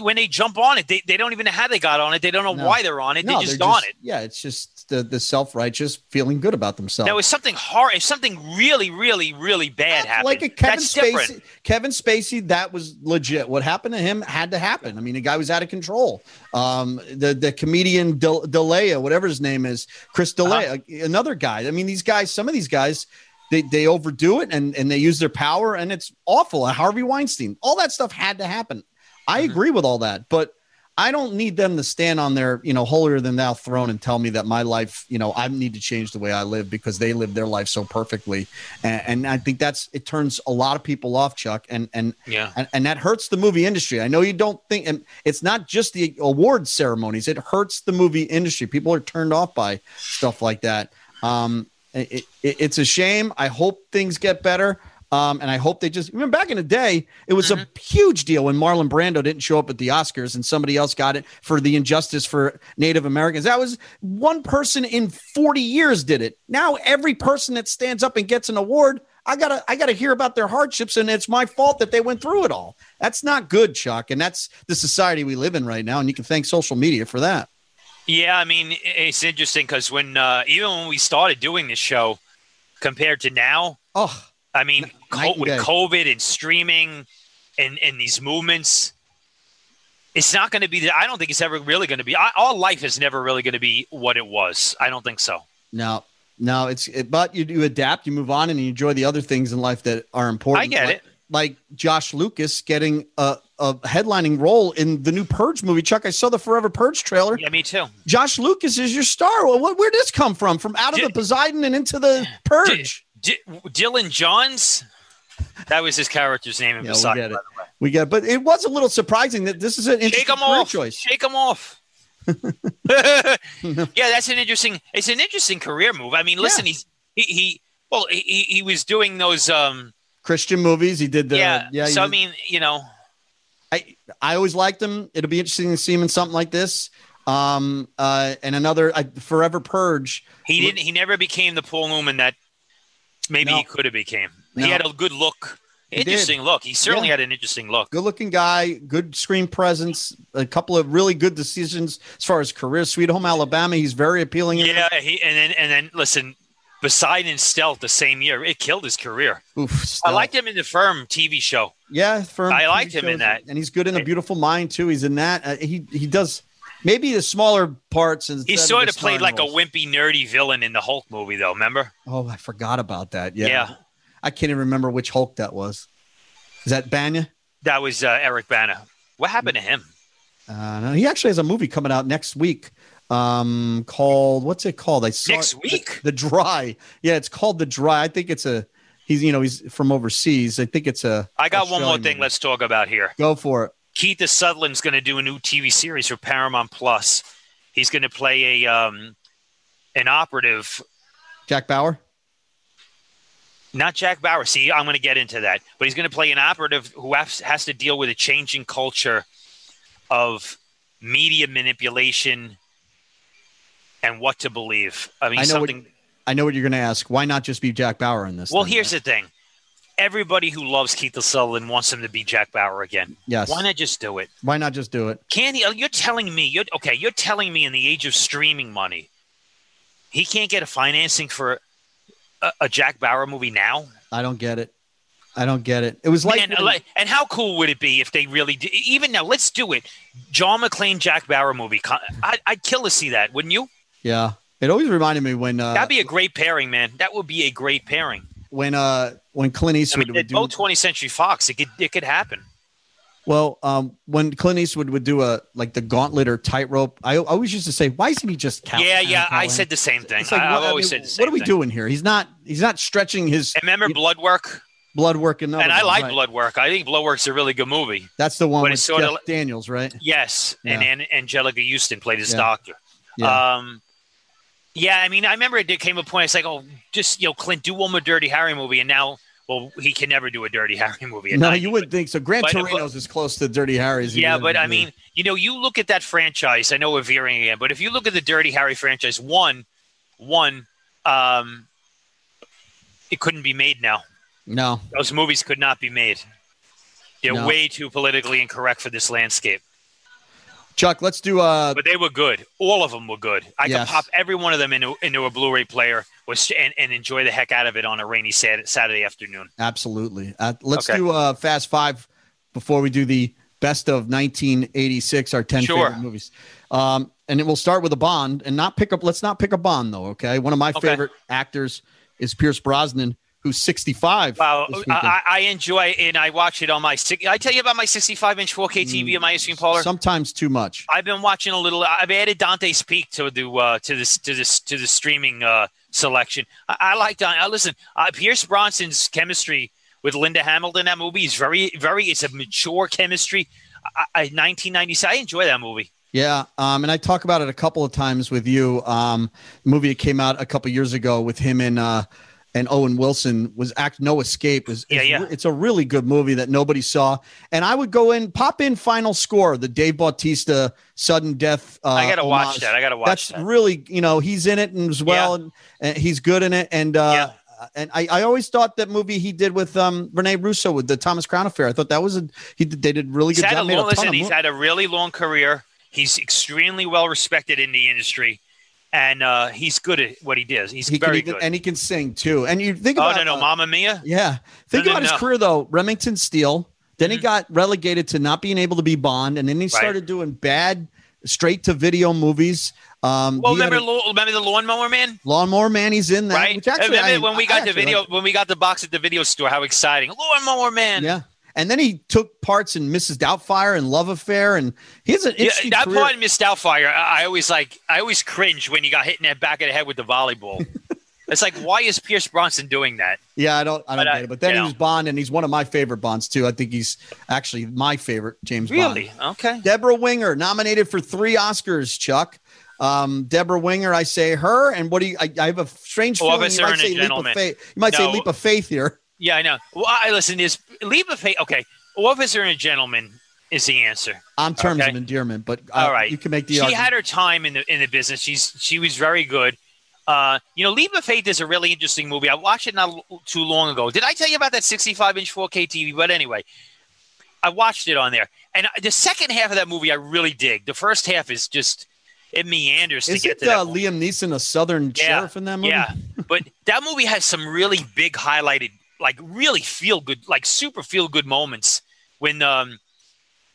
Speaker 3: when they jump on it, they, they don't even know how they got on it. They don't know
Speaker 2: No.
Speaker 3: why they're on it.
Speaker 2: no,
Speaker 3: they're just
Speaker 2: they're
Speaker 3: on it.
Speaker 2: Yeah, it's just the, the self righteous feeling good about themselves.
Speaker 3: Now, if something hard, if something really, really, really bad happened,
Speaker 2: like a Kevin
Speaker 3: that's
Speaker 2: Spacey.
Speaker 3: different.
Speaker 2: Kevin Spacey, that was legit. What happened to him had to happen. I mean, the guy was out of control. Um, the the comedian Del- Delea, whatever his name is, Chris
Speaker 3: Uh-huh.
Speaker 2: Delea, another guy. I mean, these guys, some of these guys, they they overdo it and and they use their power, and it's awful. And Harvey Weinstein, all that stuff had to happen. I
Speaker 3: Mm-hmm.
Speaker 2: agree with all that, but. I don't need them to stand on their, you know, holier than thou throne and tell me that my life, you know, I need to change the way I live because they live their life so perfectly. And, and I think that's it turns a lot of people off, Chuck, and and
Speaker 3: Yeah.
Speaker 2: and, and that hurts the movie industry. I know you don't think, and it's not just the award ceremonies; it hurts the movie industry. People are turned off by stuff like that. Um, it, it, it's a shame. I hope things get better. Um, and I hope they just remember back in the day, it was a huge deal when Marlon Brando didn't show up at the Oscars and somebody else got it for the injustice for Native Americans. That was one person in 40 years did it. Now every person that stands up and gets an award, I gotta I gotta hear about their hardships, and it's my fault that they went through it all. That's not good, Chuck, and that's the society we live in right now. And you can thank social media for that.
Speaker 3: Yeah, I mean, i- it's interesting because when uh, even when we started doing this show, compared to now,
Speaker 2: Oh,
Speaker 3: I mean,
Speaker 2: N- night
Speaker 3: co-
Speaker 2: and
Speaker 3: with
Speaker 2: day.
Speaker 3: COVID and streaming, and and these movements, it's not going to be. I don't think it's ever really going to be. I, our life is never really going to be what it was. I don't think so.
Speaker 2: no, no, it's it, but you do adapt, you move on, and you enjoy the other things in life that are important.
Speaker 3: I get
Speaker 2: like,
Speaker 3: it.
Speaker 2: like Josh Lucas getting a, a headlining role in the new Purge movie. Chuck, I saw the Forever Purge trailer.
Speaker 3: Yeah, me too.
Speaker 2: Josh Lucas is your star. Well, what, where'd this come from? From out of
Speaker 3: Did-
Speaker 2: the Poseidon and into the Purge.
Speaker 3: D- Dylan Johns, that was his character's name. in
Speaker 2: yeah, we
Speaker 3: Poseidon,
Speaker 2: get it.
Speaker 3: by the way.
Speaker 2: We get, it. but it was a little surprising that this is an interesting
Speaker 3: Shake 'em
Speaker 2: career
Speaker 3: off.
Speaker 2: choice.
Speaker 3: Shake 'em off. yeah, that's an interesting. It's an interesting career move. I mean, listen, he's he, he well he- he, he was doing those um
Speaker 2: Christian movies. He did the
Speaker 3: yeah
Speaker 2: yeah.
Speaker 3: So I
Speaker 2: he-
Speaker 3: mean, you know,
Speaker 2: I I always liked him. It'll be interesting to see him in something like this. Um, uh, and another I, Forever Purge.
Speaker 3: he didn't. He never became the Paul Newman that maybe
Speaker 2: No.
Speaker 3: he could have became.
Speaker 2: No.
Speaker 3: He had a good look,
Speaker 2: He did.
Speaker 3: interesting look. He certainly
Speaker 2: Yeah.
Speaker 3: had an interesting look.
Speaker 2: Good looking guy, good screen presence, a couple of really good decisions as far as career. Sweet Home Alabama. He's very appealing. in that.
Speaker 3: Yeah, he and then and then listen, Poseidon and Stealth the same year, it killed his career.
Speaker 2: Oof,
Speaker 3: I
Speaker 2: Stella.
Speaker 3: liked him in the Firm TV show.
Speaker 2: Yeah, firm.
Speaker 3: I
Speaker 2: TV
Speaker 3: liked him in
Speaker 2: shows,
Speaker 3: that.
Speaker 2: and he's good in a beautiful mind too. He's in that. Uh, he he does maybe the smaller parts.
Speaker 3: He sort of played like a wimpy, nerdy villain in the Hulk movie, though. Remember?
Speaker 2: Oh, I forgot about that. Yeah.
Speaker 3: Yeah.
Speaker 2: I can't even remember which Hulk that was. Is that Banya?
Speaker 3: That was uh, Eric Bana. What happened to him?
Speaker 2: Uh, no, he actually has a movie coming out next week. Um, called what's it called? I saw
Speaker 3: Next
Speaker 2: it-
Speaker 3: week?
Speaker 2: The, The Dry. Yeah, it's called The Dry. I think it's a. He's you know he's from overseas. I think it's a.
Speaker 3: I got one more
Speaker 2: Australian
Speaker 3: thing.
Speaker 2: movie.
Speaker 3: Let's talk about here.
Speaker 2: go for it.
Speaker 3: Keith Sutherland's going to do a new TV series for Paramount Plus. He's going to play a um, an operative,
Speaker 2: Jack Bauer.
Speaker 3: not Jack Bauer. See, I'm going to get into that, but he's going to play an operative who has, has to deal with a changing culture of media manipulation and what to believe. I mean,
Speaker 2: I know what-
Speaker 3: something.
Speaker 2: I know what you're going to ask. Why not just be Jack Bauer in this?
Speaker 3: Well,
Speaker 2: thing,
Speaker 3: here's the thing. Everybody who loves Keith Sutherland wants him to be Jack Bauer again.
Speaker 2: Yes.
Speaker 3: Why not just do it?
Speaker 2: Why not just do it?
Speaker 3: Can he? You're telling me. You're okay. You're telling me in the age of streaming money, he can't get a financing for a, a Jack Bauer movie now.
Speaker 2: I don't get it. I don't get it. It was like,
Speaker 3: and, uh, like- and how cool would it be if they really did? Even now, let's do it. John McClane, Jack Bauer movie. Con- I, I'd kill to see that, wouldn't you?
Speaker 2: yeah. It always reminded me when uh,
Speaker 3: That'd be a great pairing, man. That would be a great pairing.
Speaker 2: when uh when Clint
Speaker 3: I
Speaker 2: Eastwood
Speaker 3: mean, they're
Speaker 2: would do
Speaker 3: both 20th Century Fox. It could it could happen.
Speaker 2: well um when Clint Eastwood would do a like the gauntlet or tightrope. I always used to say, why isn't he just Cal-
Speaker 3: yeah,
Speaker 2: Adam
Speaker 3: yeah. I
Speaker 2: Callahan?
Speaker 3: said the same thing.
Speaker 2: It's like,
Speaker 3: I,
Speaker 2: what-
Speaker 3: have
Speaker 2: I
Speaker 3: always
Speaker 2: mean,
Speaker 3: said the same
Speaker 2: What are we
Speaker 3: thing.
Speaker 2: doing here? He's not he's not stretching his
Speaker 3: And remember blood work?
Speaker 2: blood work enough.
Speaker 3: and I like
Speaker 2: right.
Speaker 3: blood work. I think blood work's a really good movie.
Speaker 2: That's the one
Speaker 3: but
Speaker 2: with
Speaker 3: it's sorta
Speaker 2: Jeff
Speaker 3: like-
Speaker 2: Daniels, right?
Speaker 3: Yes. And,
Speaker 2: Yeah.
Speaker 3: and Angelica Houston played his
Speaker 2: Yeah.
Speaker 3: doctor.
Speaker 2: Yeah.
Speaker 3: Um, yeah, I mean, I remember it did- came a point. It's like, oh, just you know, Clint, do one more Dirty Harry movie, and now well, he can never do a Dirty Harry movie. at
Speaker 2: No,
Speaker 3: 90,
Speaker 2: you wouldn't think so. Gran
Speaker 3: but- but-
Speaker 2: Torino's as close to Dirty Harry as
Speaker 3: but-
Speaker 2: you
Speaker 3: Yeah,
Speaker 2: would
Speaker 3: but
Speaker 2: ever
Speaker 3: I
Speaker 2: be.
Speaker 3: mean, you know, you look at that franchise. I know we're veering again, but if you look at the Dirty Harry franchise, one, one, um, it couldn't be made now.
Speaker 2: no,
Speaker 3: Those movies could not be made. They're
Speaker 2: No.
Speaker 3: way too politically incorrect for this landscape.
Speaker 2: Chuck, let's do uh,
Speaker 3: But they were good. All of them were good. I
Speaker 2: Yes.
Speaker 3: could pop every one of them into, into a Blu-ray player was, and, and enjoy the heck out of it on a rainy sat- Saturday afternoon.
Speaker 2: absolutely. Uh, let's
Speaker 3: Okay.
Speaker 2: do uh, Fast Five before we do the best of 1986, our 10
Speaker 3: Sure.
Speaker 2: favorite movies. Um, and it will start with a Bond, and not pick up. Let's not pick a Bond though. Okay, one of my
Speaker 3: Okay.
Speaker 2: favorite actors is Pierce Brosnan, who's 65.
Speaker 3: Wow,
Speaker 2: this weekend.
Speaker 3: I, I I enjoy and I watch it on my. six- I tell you about my 65-inch 4K
Speaker 2: Mm.
Speaker 3: TV and my ice cream parlor.
Speaker 2: Sometimes too much.
Speaker 3: I've been watching a little. I've added Dante's Peak to the uh, to this to this to the streaming uh, selection. I, I like Dante. I listen. Uh, Pierce Bronson's chemistry with Linda Hamilton in that movie is very very. It's a mature chemistry. I, I 1990s. I enjoy that movie.
Speaker 2: Yeah, um, and I talk about it a couple of times with you. Um, the movie that came out a couple years ago with him and uh, and Owen Wilson was Act No Escape. Is,
Speaker 3: Yeah,
Speaker 2: is-
Speaker 3: yeah.
Speaker 2: It's a really good movie that nobody saw. And I would go in, pop in Final Score, the Dave Bautista sudden death. Uh,
Speaker 3: I gotta watch
Speaker 2: homage.
Speaker 3: that. I gotta watch
Speaker 2: That's
Speaker 3: that.
Speaker 2: really you know he's in it and as well, and, and he's good in it. And uh, and I, I always thought that movie he did with um, Rene Russo with the Thomas Crown Affair. I thought that was a he did, they did a really
Speaker 3: He's
Speaker 2: good
Speaker 3: had a
Speaker 2: job. made a
Speaker 3: long,
Speaker 2: ton
Speaker 3: listen,
Speaker 2: of
Speaker 3: he's
Speaker 2: mo-
Speaker 3: had a really long career. He's extremely well respected in the industry, and uh, he's good at what he does. He's
Speaker 2: he can
Speaker 3: very
Speaker 2: even,
Speaker 3: good.
Speaker 2: and he can sing too. And you think
Speaker 3: oh
Speaker 2: about
Speaker 3: no, no,
Speaker 2: uh,
Speaker 3: Mamma Mia.
Speaker 2: yeah, think
Speaker 3: No, no,
Speaker 2: about his
Speaker 3: no.
Speaker 2: career though. Remington Steele. Then he
Speaker 3: Mhm.
Speaker 2: got relegated to not being able to be Bond, and then he started doing bad straight to video movies. Um,
Speaker 3: Well,
Speaker 2: he had
Speaker 3: remember,
Speaker 2: a-
Speaker 3: Lo- remember the Lawnmower Man.
Speaker 2: Lawnmower Man. He's in that.
Speaker 3: right?
Speaker 2: Which actually,
Speaker 3: Remember
Speaker 2: I-
Speaker 3: when we
Speaker 2: I
Speaker 3: got the
Speaker 2: actually
Speaker 3: video,
Speaker 2: like.
Speaker 3: when we got the box at the video store? How exciting! Lawnmower Man.
Speaker 2: Yeah, and then he took parts in Mrs. Doubtfire and Love Affair, and he's an
Speaker 3: Yeah,
Speaker 2: interesting
Speaker 3: that
Speaker 2: career.
Speaker 3: part in Miss Doubtfire, I I always like. I always cringe when you got hit in the back of the head with the volleyball. it's like, why is Pierce Bronson doing that?
Speaker 2: Yeah, I don't, I don't
Speaker 3: But I-
Speaker 2: get it. But then
Speaker 3: you
Speaker 2: he
Speaker 3: know.
Speaker 2: was Bond, and he's one of my favorite Bonds too. I think he's actually my favorite James Bond.
Speaker 3: Really? Okay.
Speaker 2: Deborah Winger nominated for three Oscars. Chuck, um, Deborah Winger. I say her, and what do you? I, I have a strange feeling.
Speaker 3: Officer
Speaker 2: you might
Speaker 3: and a
Speaker 2: say leap of
Speaker 3: Gentleman.
Speaker 2: faith. You might say
Speaker 3: No.
Speaker 2: leap of faith here.
Speaker 3: Yeah, I know. Well, I listen. This leave of faith. Okay, officer and a gentleman is the answer.
Speaker 2: On terms
Speaker 3: Okay.
Speaker 2: of endearment, but uh,
Speaker 3: All right.
Speaker 2: you can make the
Speaker 3: she
Speaker 2: argument.
Speaker 3: had her time in the in the business. She's she was very good. Uh, you know, Leap of Faith is a really interesting movie. I watched it not l- too long ago. Did I tell you about that 65 inch 4K TV? But anyway, I watched it on there, and I- the second half of that movie I really dig. The first half is just it meanders to
Speaker 2: Is
Speaker 3: get
Speaker 2: it
Speaker 3: to that.
Speaker 2: uh,
Speaker 3: point.
Speaker 2: Liam Neeson a Southern
Speaker 3: Yeah.
Speaker 2: sheriff in that movie?
Speaker 3: Yeah, but that movie has some really big highlighted, like really feel good, like super feel good moments when um,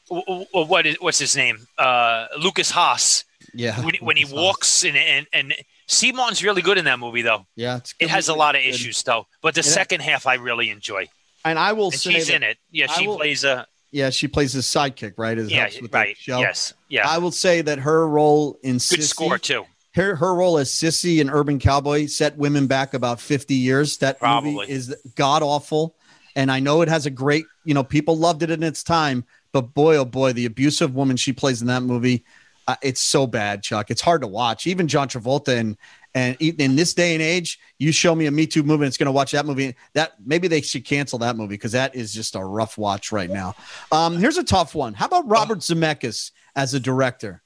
Speaker 3: w- w- what is what's his name, uh, Lucas Haas,
Speaker 2: yeah.
Speaker 3: when, when he
Speaker 2: Lucas Haas.
Speaker 3: walks and and and Simon's really good in that movie though.
Speaker 2: yeah, it's
Speaker 3: It
Speaker 2: good
Speaker 3: has a
Speaker 2: movie.
Speaker 3: lot of
Speaker 2: Good.
Speaker 3: issues though, but the
Speaker 2: Yeah.
Speaker 3: second half I really enjoy,
Speaker 2: and I will
Speaker 3: and
Speaker 2: say
Speaker 3: she's
Speaker 2: that-
Speaker 3: in it. Yeah,
Speaker 2: I
Speaker 3: she
Speaker 2: will-
Speaker 3: plays a
Speaker 2: Yeah, she plays his sidekick, right? As
Speaker 3: yeah,
Speaker 2: helps with the
Speaker 3: right.
Speaker 2: show.
Speaker 3: Yes, yeah,
Speaker 2: I will say that her role in
Speaker 3: good
Speaker 2: Sissy-
Speaker 3: score too.
Speaker 2: her her role as sissy and urban cowboy set women back about 50 years that movie
Speaker 3: Probably.
Speaker 2: is god awful and i know it has a great you know people loved it in its time but boy oh boy the abusive woman she plays in that movie uh, it's so bad chuck it's hard to watch even john travolta and and e- in this day and age you show me a me too movement it's going to watch that movie that maybe they should cancel that movie because that is just a rough watch right now um here's a tough one how about robert zemeckis as a director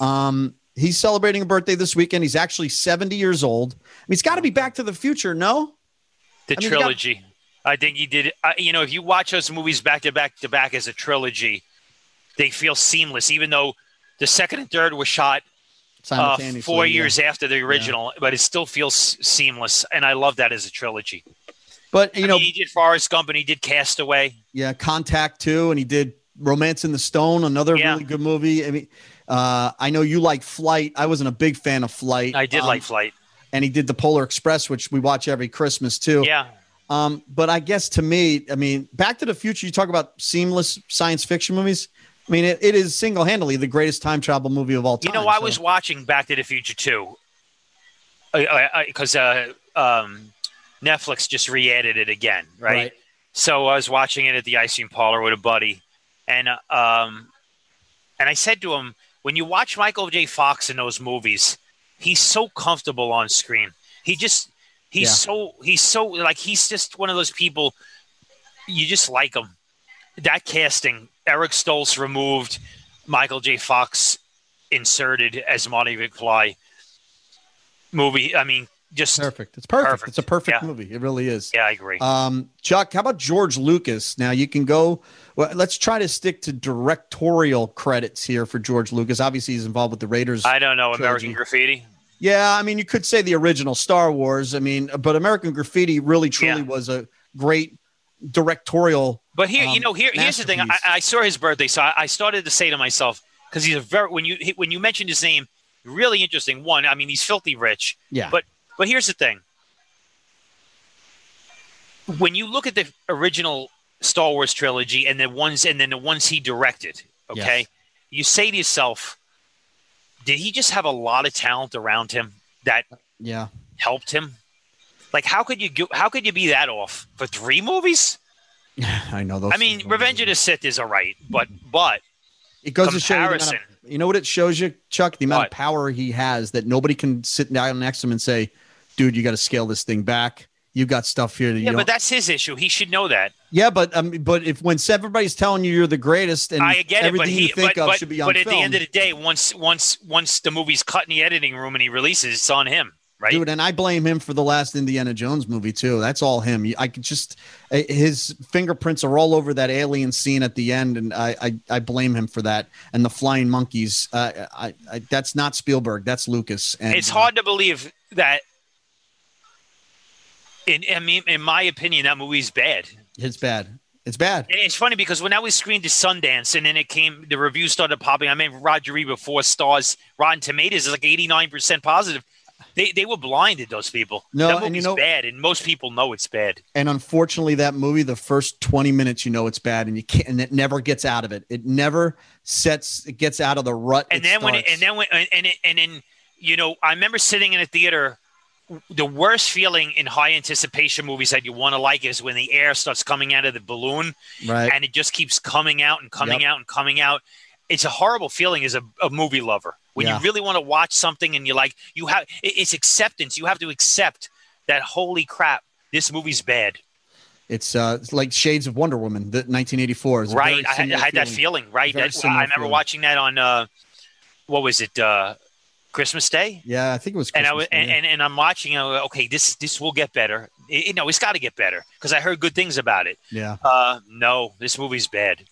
Speaker 2: um, he's celebrating a birthday this weekend. He's actually 70 years old. I mean, it's got to be Back to the Future, no?
Speaker 3: The
Speaker 2: I mean, you got-
Speaker 3: trilogy. I think he did. I you know, if you watch those movies back to back to back as a trilogy, they feel seamless. Even though the second and third were shot uh, four
Speaker 2: yeah.
Speaker 3: years after the original, but it still feels s- seamless. And I love that as a trilogy.
Speaker 2: But you know,
Speaker 3: he did Forrest Gump and he did Castaway.
Speaker 2: yeah, Contact too, and he did Romance in the Stone, another
Speaker 3: Yeah.
Speaker 2: really good movie. I mean, uh, I know you like Flight. I wasn't a big fan of Flight.
Speaker 3: I did
Speaker 2: Um,
Speaker 3: like Flight.
Speaker 2: and he did the Polar Express, which we watch every Christmas too.
Speaker 3: Yeah,
Speaker 2: Um, but I guess to me, I mean, Back to the Future, you talk about seamless science fiction movies. I mean, it, it is single handedly the greatest time travel movie of all time.
Speaker 3: you know, I
Speaker 2: so-
Speaker 3: was watching Back to the Future too, because uh, um, Netflix just re-added it again, right? So I was watching it at the ice cream parlor with a buddy, and uh, um, and I said to him, "When you watch Michael J. Fox in those movies, he's so comfortable on screen. He just He's
Speaker 2: Yeah.
Speaker 3: so he's so like he's just one of those people you just like him. That casting, Eric Stoltz removed, Michael J. Fox inserted as Monty McFly. Movie, I mean, just
Speaker 2: Perfect. It's perfect.
Speaker 3: Perfect.
Speaker 2: It's a perfect
Speaker 3: Yeah.
Speaker 2: movie. It really is.
Speaker 3: yeah, I agree.
Speaker 2: Um, Chuck, how about George Lucas? Now you can go. Well, let's try to stick to directorial credits here for George Lucas. Obviously, he's involved with the Raiders.
Speaker 3: I don't know American
Speaker 2: trilogy.
Speaker 3: Graffiti.
Speaker 2: yeah, I mean, you could say the original Star Wars. I mean, but American Graffiti really truly
Speaker 3: Yeah.
Speaker 2: was a great directorial.
Speaker 3: But here, you
Speaker 2: um,
Speaker 3: know, here, here's the thing. I,
Speaker 2: masterpiece.
Speaker 3: I saw his birthday, so I, I started to say to myself because he's a very when you when you mentioned his name, really interesting. One, I mean, he's filthy rich,
Speaker 2: Yeah,
Speaker 3: but but here's the thing. When you look at the original Star Wars trilogy and the ones and then the ones he directed, okay,
Speaker 2: Yes.
Speaker 3: you say to yourself, did he just have a lot of talent around him that
Speaker 2: yeah,
Speaker 3: helped him? Like, how could you go, how could you be that off for three movies?
Speaker 2: I know those.
Speaker 3: I mean, Revenge of the Sith is all right, but but
Speaker 2: It goes to show you, the amount of-
Speaker 3: comparison.
Speaker 2: you know what it shows you, Chuck, the amount
Speaker 3: What?
Speaker 2: of power he has that nobody can sit down next to him and say, "Dude, you got to scale this thing back. You got stuff here that you
Speaker 3: yeah,
Speaker 2: don't."
Speaker 3: but that's his issue. He should know that.
Speaker 2: yeah, but um, but if when everybody's telling you you're the greatest and
Speaker 3: I get it,
Speaker 2: everything
Speaker 3: but he
Speaker 2: you think
Speaker 3: but,
Speaker 2: of
Speaker 3: but,
Speaker 2: should be on
Speaker 3: but at
Speaker 2: film,
Speaker 3: the end of the day, once once once the movie's cut in the editing room and he releases, it's on him, right?
Speaker 2: dude, and I blame him for the last Indiana Jones movie too. That's all him. You- I could just I- his fingerprints are all over that alien scene at the end, and I I, I blame him for that. And the flying monkeys, uh, I, I that's not Spielberg, that's Lucas. And
Speaker 3: it's hard to believe that. In I mean, in my opinion, that movie's bad.
Speaker 2: It's bad. It's bad.
Speaker 3: And it's funny because when I was screened at Sundance and then it came, the reviews started popping. I mean, Roger Ebert, four stars, Rotten Tomatoes is like 89% positive. They, they were blinded, those people.
Speaker 2: No,
Speaker 3: that
Speaker 2: and you
Speaker 3: movie's
Speaker 2: know-
Speaker 3: bad, and most people know it's bad.
Speaker 2: And unfortunately, that movie, the first 20 minutes, you know it's bad, and you can't, and it never gets out of it. It never sets, it gets out of the rut.
Speaker 3: And
Speaker 2: it
Speaker 3: then when, it,
Speaker 2: starts.
Speaker 3: and then when, and, and, it- and then, you know, I remember sitting in a theater. The worst feeling in high anticipation movies that you want to like is when the air starts coming out of the balloon
Speaker 2: right,
Speaker 3: and it just keeps coming out and coming
Speaker 2: Yep.
Speaker 3: out and coming out. It's a horrible feeling as a, a movie lover when
Speaker 2: Yeah.
Speaker 3: you really want to watch something and you're like, you have it- it's acceptance. You have to accept that. Holy crap, this movie's bad,
Speaker 2: it's uh, it's like Shades of Wonder Woman, the 1984. It's a
Speaker 3: right?
Speaker 2: very
Speaker 3: I had, I
Speaker 2: similar
Speaker 3: had that feeling, right?
Speaker 2: Very
Speaker 3: That- I
Speaker 2: similar
Speaker 3: remember
Speaker 2: feeling.
Speaker 3: watching that on uh, what was it, uh, Christmas Day,
Speaker 2: Yeah, I think it was.
Speaker 3: and I was
Speaker 2: Christmas,
Speaker 3: and,
Speaker 2: yeah.
Speaker 3: and, and I'm watching. And I'm like, okay, this this will get better. It, you know, it's got to get better because I heard good things about it.
Speaker 2: yeah,
Speaker 3: Uh, no, this movie's bad.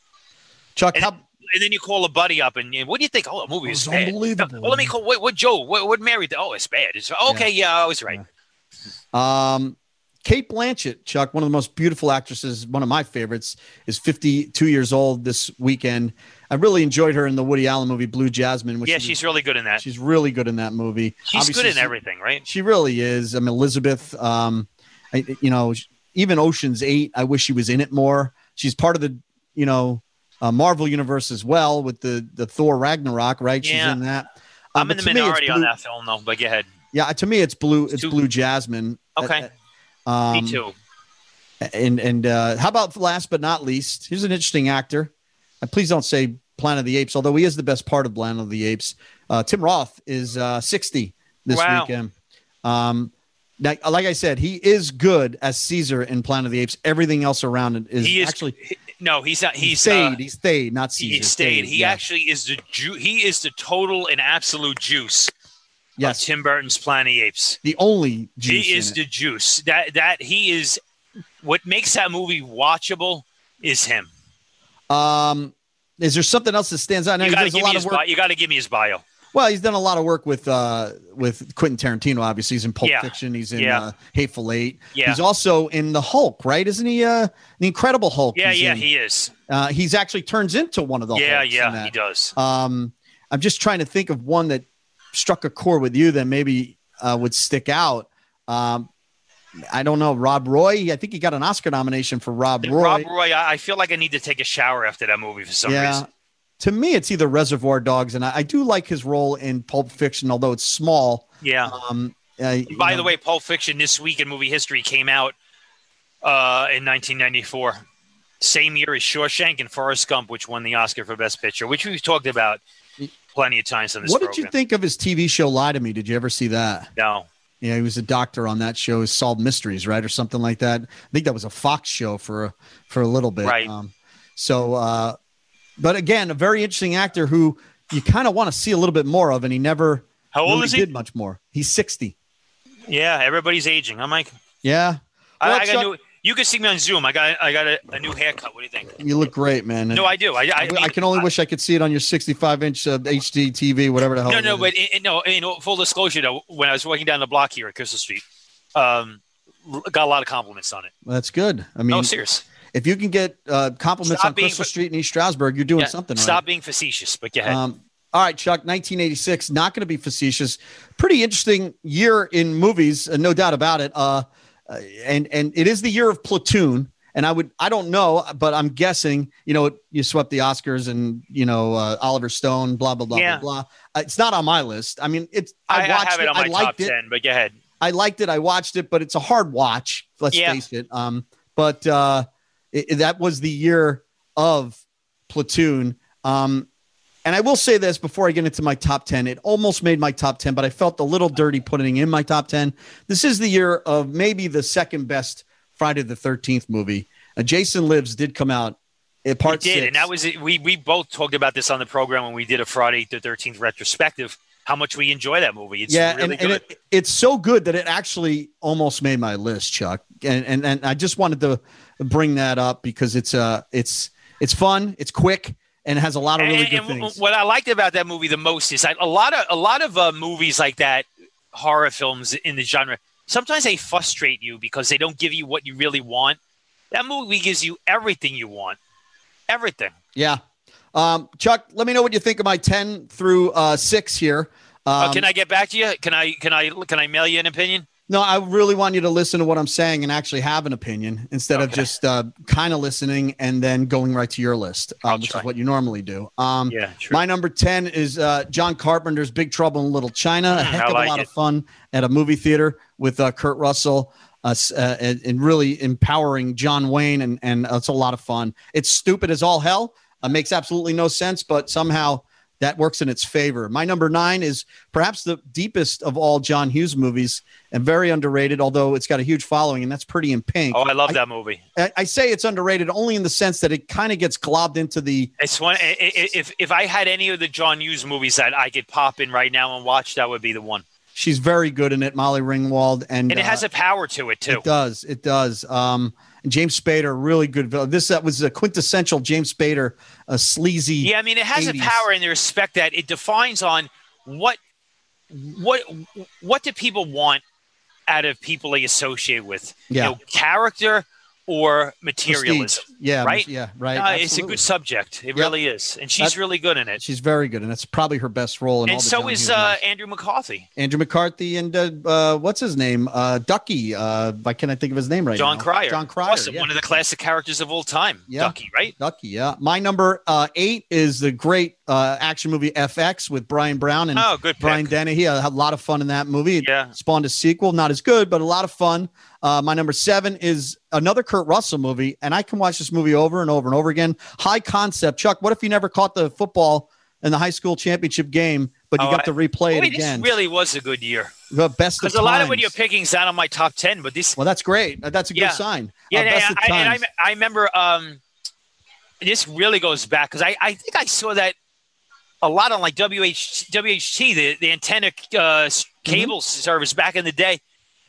Speaker 2: Chuck,
Speaker 3: and-
Speaker 2: how,
Speaker 3: and then you call a buddy up and you- what do you think? Oh, the movie
Speaker 2: It
Speaker 3: is
Speaker 2: was
Speaker 3: bad.
Speaker 2: unbelievable.
Speaker 3: Well, let me call. What, what Joe? What, what Mary? did- Oh, it's bad. It's okay. Yeah, I was right.
Speaker 2: Um, Kate Blanchett, Chuck, one of the most beautiful actresses, one of my favorites, is 52 years old this weekend. I really enjoyed her in the Woody Allen movie Blue Jasmine. Which
Speaker 3: Yeah,
Speaker 2: she was-
Speaker 3: she's really good in that. She's,
Speaker 2: she's really good in that movie. Obviously,
Speaker 3: good in
Speaker 2: she-
Speaker 3: everything, right?
Speaker 2: She really is. I mean, Elizabeth, um, I, you know, even Ocean's Eight. I wish she was in it more. She's part of the, you know, uh, Marvel universe as well with the the Thor Ragnarok, right? She's
Speaker 3: Yeah.
Speaker 2: in that. Um,
Speaker 3: I'm
Speaker 2: but
Speaker 3: in the
Speaker 2: to me, it's
Speaker 3: minority on
Speaker 2: Blue-
Speaker 3: that film, though. But go ahead.
Speaker 2: Yeah, to me, it's blue. It's,
Speaker 3: too-
Speaker 2: Blue Jasmine.
Speaker 3: Okay.
Speaker 2: Um,
Speaker 3: Me too.
Speaker 2: And and uh, how about last but not least? Here's an interesting actor. And please don't say Planet of the Apes, although he is the best part of Planet of the Apes. Uh, Tim Roth is uh, 60 this
Speaker 3: Wow.
Speaker 2: weekend. Um, now, like I said, he is good as Caesar in Planet of the Apes. Everything else around it is,
Speaker 3: He is
Speaker 2: actually
Speaker 3: No, he's not.
Speaker 2: he
Speaker 3: He's
Speaker 2: stayed.
Speaker 3: uh,
Speaker 2: he stayed, not Caesar.
Speaker 3: he stayed. He
Speaker 2: yeah.
Speaker 3: actually is the ju- He is the total and absolute juice.
Speaker 2: yes,
Speaker 3: Of Tim Burton's Planet of the Apes.
Speaker 2: the only juice
Speaker 3: he is
Speaker 2: in it.
Speaker 3: the juice. That that he is. What makes that movie watchable is him.
Speaker 2: um, is there something else that stands out? Now,
Speaker 3: You
Speaker 2: he
Speaker 3: got to
Speaker 2: does a
Speaker 3: give me
Speaker 2: lot
Speaker 3: his
Speaker 2: of work
Speaker 3: bio. You got to give me his bio.
Speaker 2: Well, he's done a lot of work with uh, with Quentin Tarantino. Obviously, he's in Pulp
Speaker 3: Yeah.
Speaker 2: Fiction. He's in
Speaker 3: Yeah.
Speaker 2: uh, Hateful Eight.
Speaker 3: Yeah.
Speaker 2: He's also in the Hulk, right? Isn't he uh, the Incredible Hulk?
Speaker 3: Yeah,
Speaker 2: he's
Speaker 3: yeah,
Speaker 2: in?
Speaker 3: he is.
Speaker 2: uh, he's actually turns into one of the.
Speaker 3: yeah,
Speaker 2: Hulks in
Speaker 3: yeah,
Speaker 2: that.
Speaker 3: he does.
Speaker 2: Um, I'm just trying to think of one that struck a chord with you that maybe uh, would stick out. Um, I don't know, Rob Roy. I think he got an Oscar nomination for Rob
Speaker 3: And
Speaker 2: Roy.
Speaker 3: Rob Roy, I, I feel like I need to take a shower after that movie for some reason.
Speaker 2: To me, it's either Reservoir Dogs, and I, I do like his role in Pulp Fiction, although it's small.
Speaker 3: Yeah.
Speaker 2: Um, I- you
Speaker 3: By
Speaker 2: know,
Speaker 3: the way, Pulp Fiction this week in movie history came out uh, in 1994, same year as Shawshank and Forrest Gump, which won the Oscar for Best Picture, which we've talked about plenty of times on this
Speaker 2: what did
Speaker 3: program.
Speaker 2: you think of his TV show Lie to Me? Did you ever see that?
Speaker 3: No,
Speaker 2: Yeah, he was a doctor on that show. He solved mysteries, right, or something like that. I think that was a Fox show for a, for a little bit.
Speaker 3: Right.
Speaker 2: Um, so, uh, but again, a very interesting actor who you kind of want to see a little bit more of, and he never
Speaker 3: How old
Speaker 2: really
Speaker 3: is he?
Speaker 2: did much more. He's sixty.
Speaker 3: Yeah, everybody's aging. I'm like,
Speaker 2: Yeah,
Speaker 3: I,
Speaker 2: Well,
Speaker 3: I
Speaker 2: Chuck-
Speaker 3: got new. You can see me on Zoom. I got I got a, a new haircut. What do you think?
Speaker 2: you look great, man.
Speaker 3: No, I do. I I,
Speaker 2: Mm. I,
Speaker 3: mean,
Speaker 2: can only
Speaker 3: I-
Speaker 2: wish I could see it on your sixty-five inch uh, HD TV, whatever the hell.
Speaker 3: No,
Speaker 2: it
Speaker 3: no,
Speaker 2: is.
Speaker 3: but in, in- no. In full disclosure, though, when I was walking down the block here at Crystal Street, um, r- got a lot of compliments on it.
Speaker 2: that's good. I mean,
Speaker 3: No, serious.
Speaker 2: if you can get uh, compliments
Speaker 3: Stop
Speaker 2: on
Speaker 3: being-
Speaker 2: Crystal Street in East Stroudsburg, you're doing
Speaker 3: Yeah,
Speaker 2: something right.
Speaker 3: Stop being facetious. But go ahead.
Speaker 2: Um, all right, Chuck, 1986, not going to be facetious. Pretty interesting year in movies, uh, no doubt about it. Uh, uh, and and it is the year of Platoon. And I would, I don't know, but I'm guessing, you know, you swept the Oscars and you know uh, Oliver Stone, blah blah blah
Speaker 3: Yeah.
Speaker 2: blah blah. Uh, it's not on my list. I mean, it's
Speaker 3: I,
Speaker 2: I
Speaker 3: I
Speaker 2: watched
Speaker 3: have it on
Speaker 2: I
Speaker 3: my top
Speaker 2: liked it.
Speaker 3: ten. But go ahead.
Speaker 2: I liked it. I watched it, but it's a hard watch. Let's
Speaker 3: Yeah.
Speaker 2: face it. Um, but uh, it, it- that was the year of Platoon. Um, and I will say this before I get into my top 10. It almost made my top 10, but I felt a little dirty putting in my top 10. This is the year of maybe the second best Friday the 13th movie. Uh, Jason Lives did come out. It part
Speaker 3: it did,
Speaker 2: six.
Speaker 3: and that was it. We we both talked about this on the program when we did a Friday the Thirteenth retrospective. How much we enjoy that movie. It's
Speaker 2: yeah,
Speaker 3: really
Speaker 2: and,
Speaker 3: good.
Speaker 2: and it, it's so good that it actually almost made my list, Chuck. And, and and I just wanted to bring that up because it's uh it's it's fun, it's quick, and it has a lot of really
Speaker 3: And-
Speaker 2: good
Speaker 3: and w-
Speaker 2: things.
Speaker 3: What I liked about that movie the most is I, a lot of a lot of uh, movies like that, horror films in the genre. Sometimes they frustrate you because they don't give you what you really want. That movie gives you everything you want, everything.
Speaker 2: yeah, um, Chuck, let me know what you think of my ten through uh, six here. Um,
Speaker 3: uh, can I get back to you? Can I can I can I mail you an opinion?
Speaker 2: No, I really want you to listen to what I'm saying and actually have an opinion instead of
Speaker 3: Okay.
Speaker 2: just uh, kind of listening and then going right to your list, uh,
Speaker 3: I'll
Speaker 2: which
Speaker 3: try.
Speaker 2: is what you normally do. Um,
Speaker 3: Yeah, true.
Speaker 2: My number 10 is uh, John Carpenter's Big Trouble in Little China.
Speaker 3: Mm,
Speaker 2: a heck
Speaker 3: I
Speaker 2: of
Speaker 3: like
Speaker 2: a lot
Speaker 3: it.
Speaker 2: of fun at a movie theater with uh, Kurt Russell uh, s- uh, and, and really empowering John Wayne. And, and it's a lot of fun. It's stupid as all hell, uh, makes absolutely no sense, but somehow that works in its favor. My number nine is perhaps the deepest of all John Hughes movies and very underrated, although it's got a huge following, and that's Pretty in Pink.
Speaker 3: Oh, I love that movie.
Speaker 2: I, I say it's underrated only in the sense that it kind of gets globbed into the
Speaker 3: It's one. i- i- If if I had any of the John Hughes movies that I could pop in right now and watch, that would be the one.
Speaker 2: She's very good in it, Molly Ringwald, and,
Speaker 3: And it has
Speaker 2: uh,
Speaker 3: a power to it too.
Speaker 2: it does it does. Um, and James Spader, really good. villain. This that was a quintessential James Spader, a sleazy.
Speaker 3: Yeah, I mean, it has
Speaker 2: 80s.
Speaker 3: a power in the respect that it defines on what what what do people want out of people they associate with?
Speaker 2: Yeah.
Speaker 3: You know, character or
Speaker 2: prestige.
Speaker 3: materialism.
Speaker 2: Yeah,
Speaker 3: right?
Speaker 2: Yeah, right.
Speaker 3: Uh, it's a
Speaker 2: absolutely.
Speaker 3: good subject. It really is, and she's
Speaker 2: That-
Speaker 3: really good in it.
Speaker 2: She's very good, and that's probably her best role. In all
Speaker 3: And
Speaker 2: the
Speaker 3: so
Speaker 2: John
Speaker 3: is
Speaker 2: Hughes
Speaker 3: uh,
Speaker 2: movies.
Speaker 3: Andrew McCarthy,
Speaker 2: Andrew McCarthy and uh, uh, what's his name? Uh, Ducky. Uh, why can't I think of his name right
Speaker 3: John
Speaker 2: now?
Speaker 3: Cryer.
Speaker 2: John Cryer.
Speaker 3: awesome,
Speaker 2: yeah.
Speaker 3: one of the classic characters of all time.
Speaker 2: Yeah.
Speaker 3: Ducky, right?
Speaker 2: Ducky. Yeah. My number uh, eight is the great uh, action movie FX with Brian Brown and
Speaker 3: Oh, good pick.
Speaker 2: Brian Dennehy. I had a lot of fun in that movie. It
Speaker 3: Yeah.
Speaker 2: Spawned a sequel, not as good, but a lot of fun. Uh, my number seven is another Kurt Russell movie, and I can watch this movie over and over and over again. High concept, Chuck. What if you never caught the football in the high school championship game, but you
Speaker 3: Oh,
Speaker 2: got
Speaker 3: I-
Speaker 2: to replay
Speaker 3: Boy,
Speaker 2: it again?
Speaker 3: this really was a good year
Speaker 2: the best of
Speaker 3: because a lot of what
Speaker 2: times.
Speaker 3: you're picking is not on my top ten, but this
Speaker 2: Well, that's great. Uh, That's a
Speaker 3: Yeah.
Speaker 2: good sign.
Speaker 3: Yeah,
Speaker 2: Uh,
Speaker 3: and,
Speaker 2: best
Speaker 3: and
Speaker 2: of
Speaker 3: I, and I,
Speaker 2: times.
Speaker 3: me- I remember um, this really goes back because I, I think I saw that a lot on like WH, WHT, the, the antenna uh, s-
Speaker 2: Mm-hmm.
Speaker 3: cable service back in the day.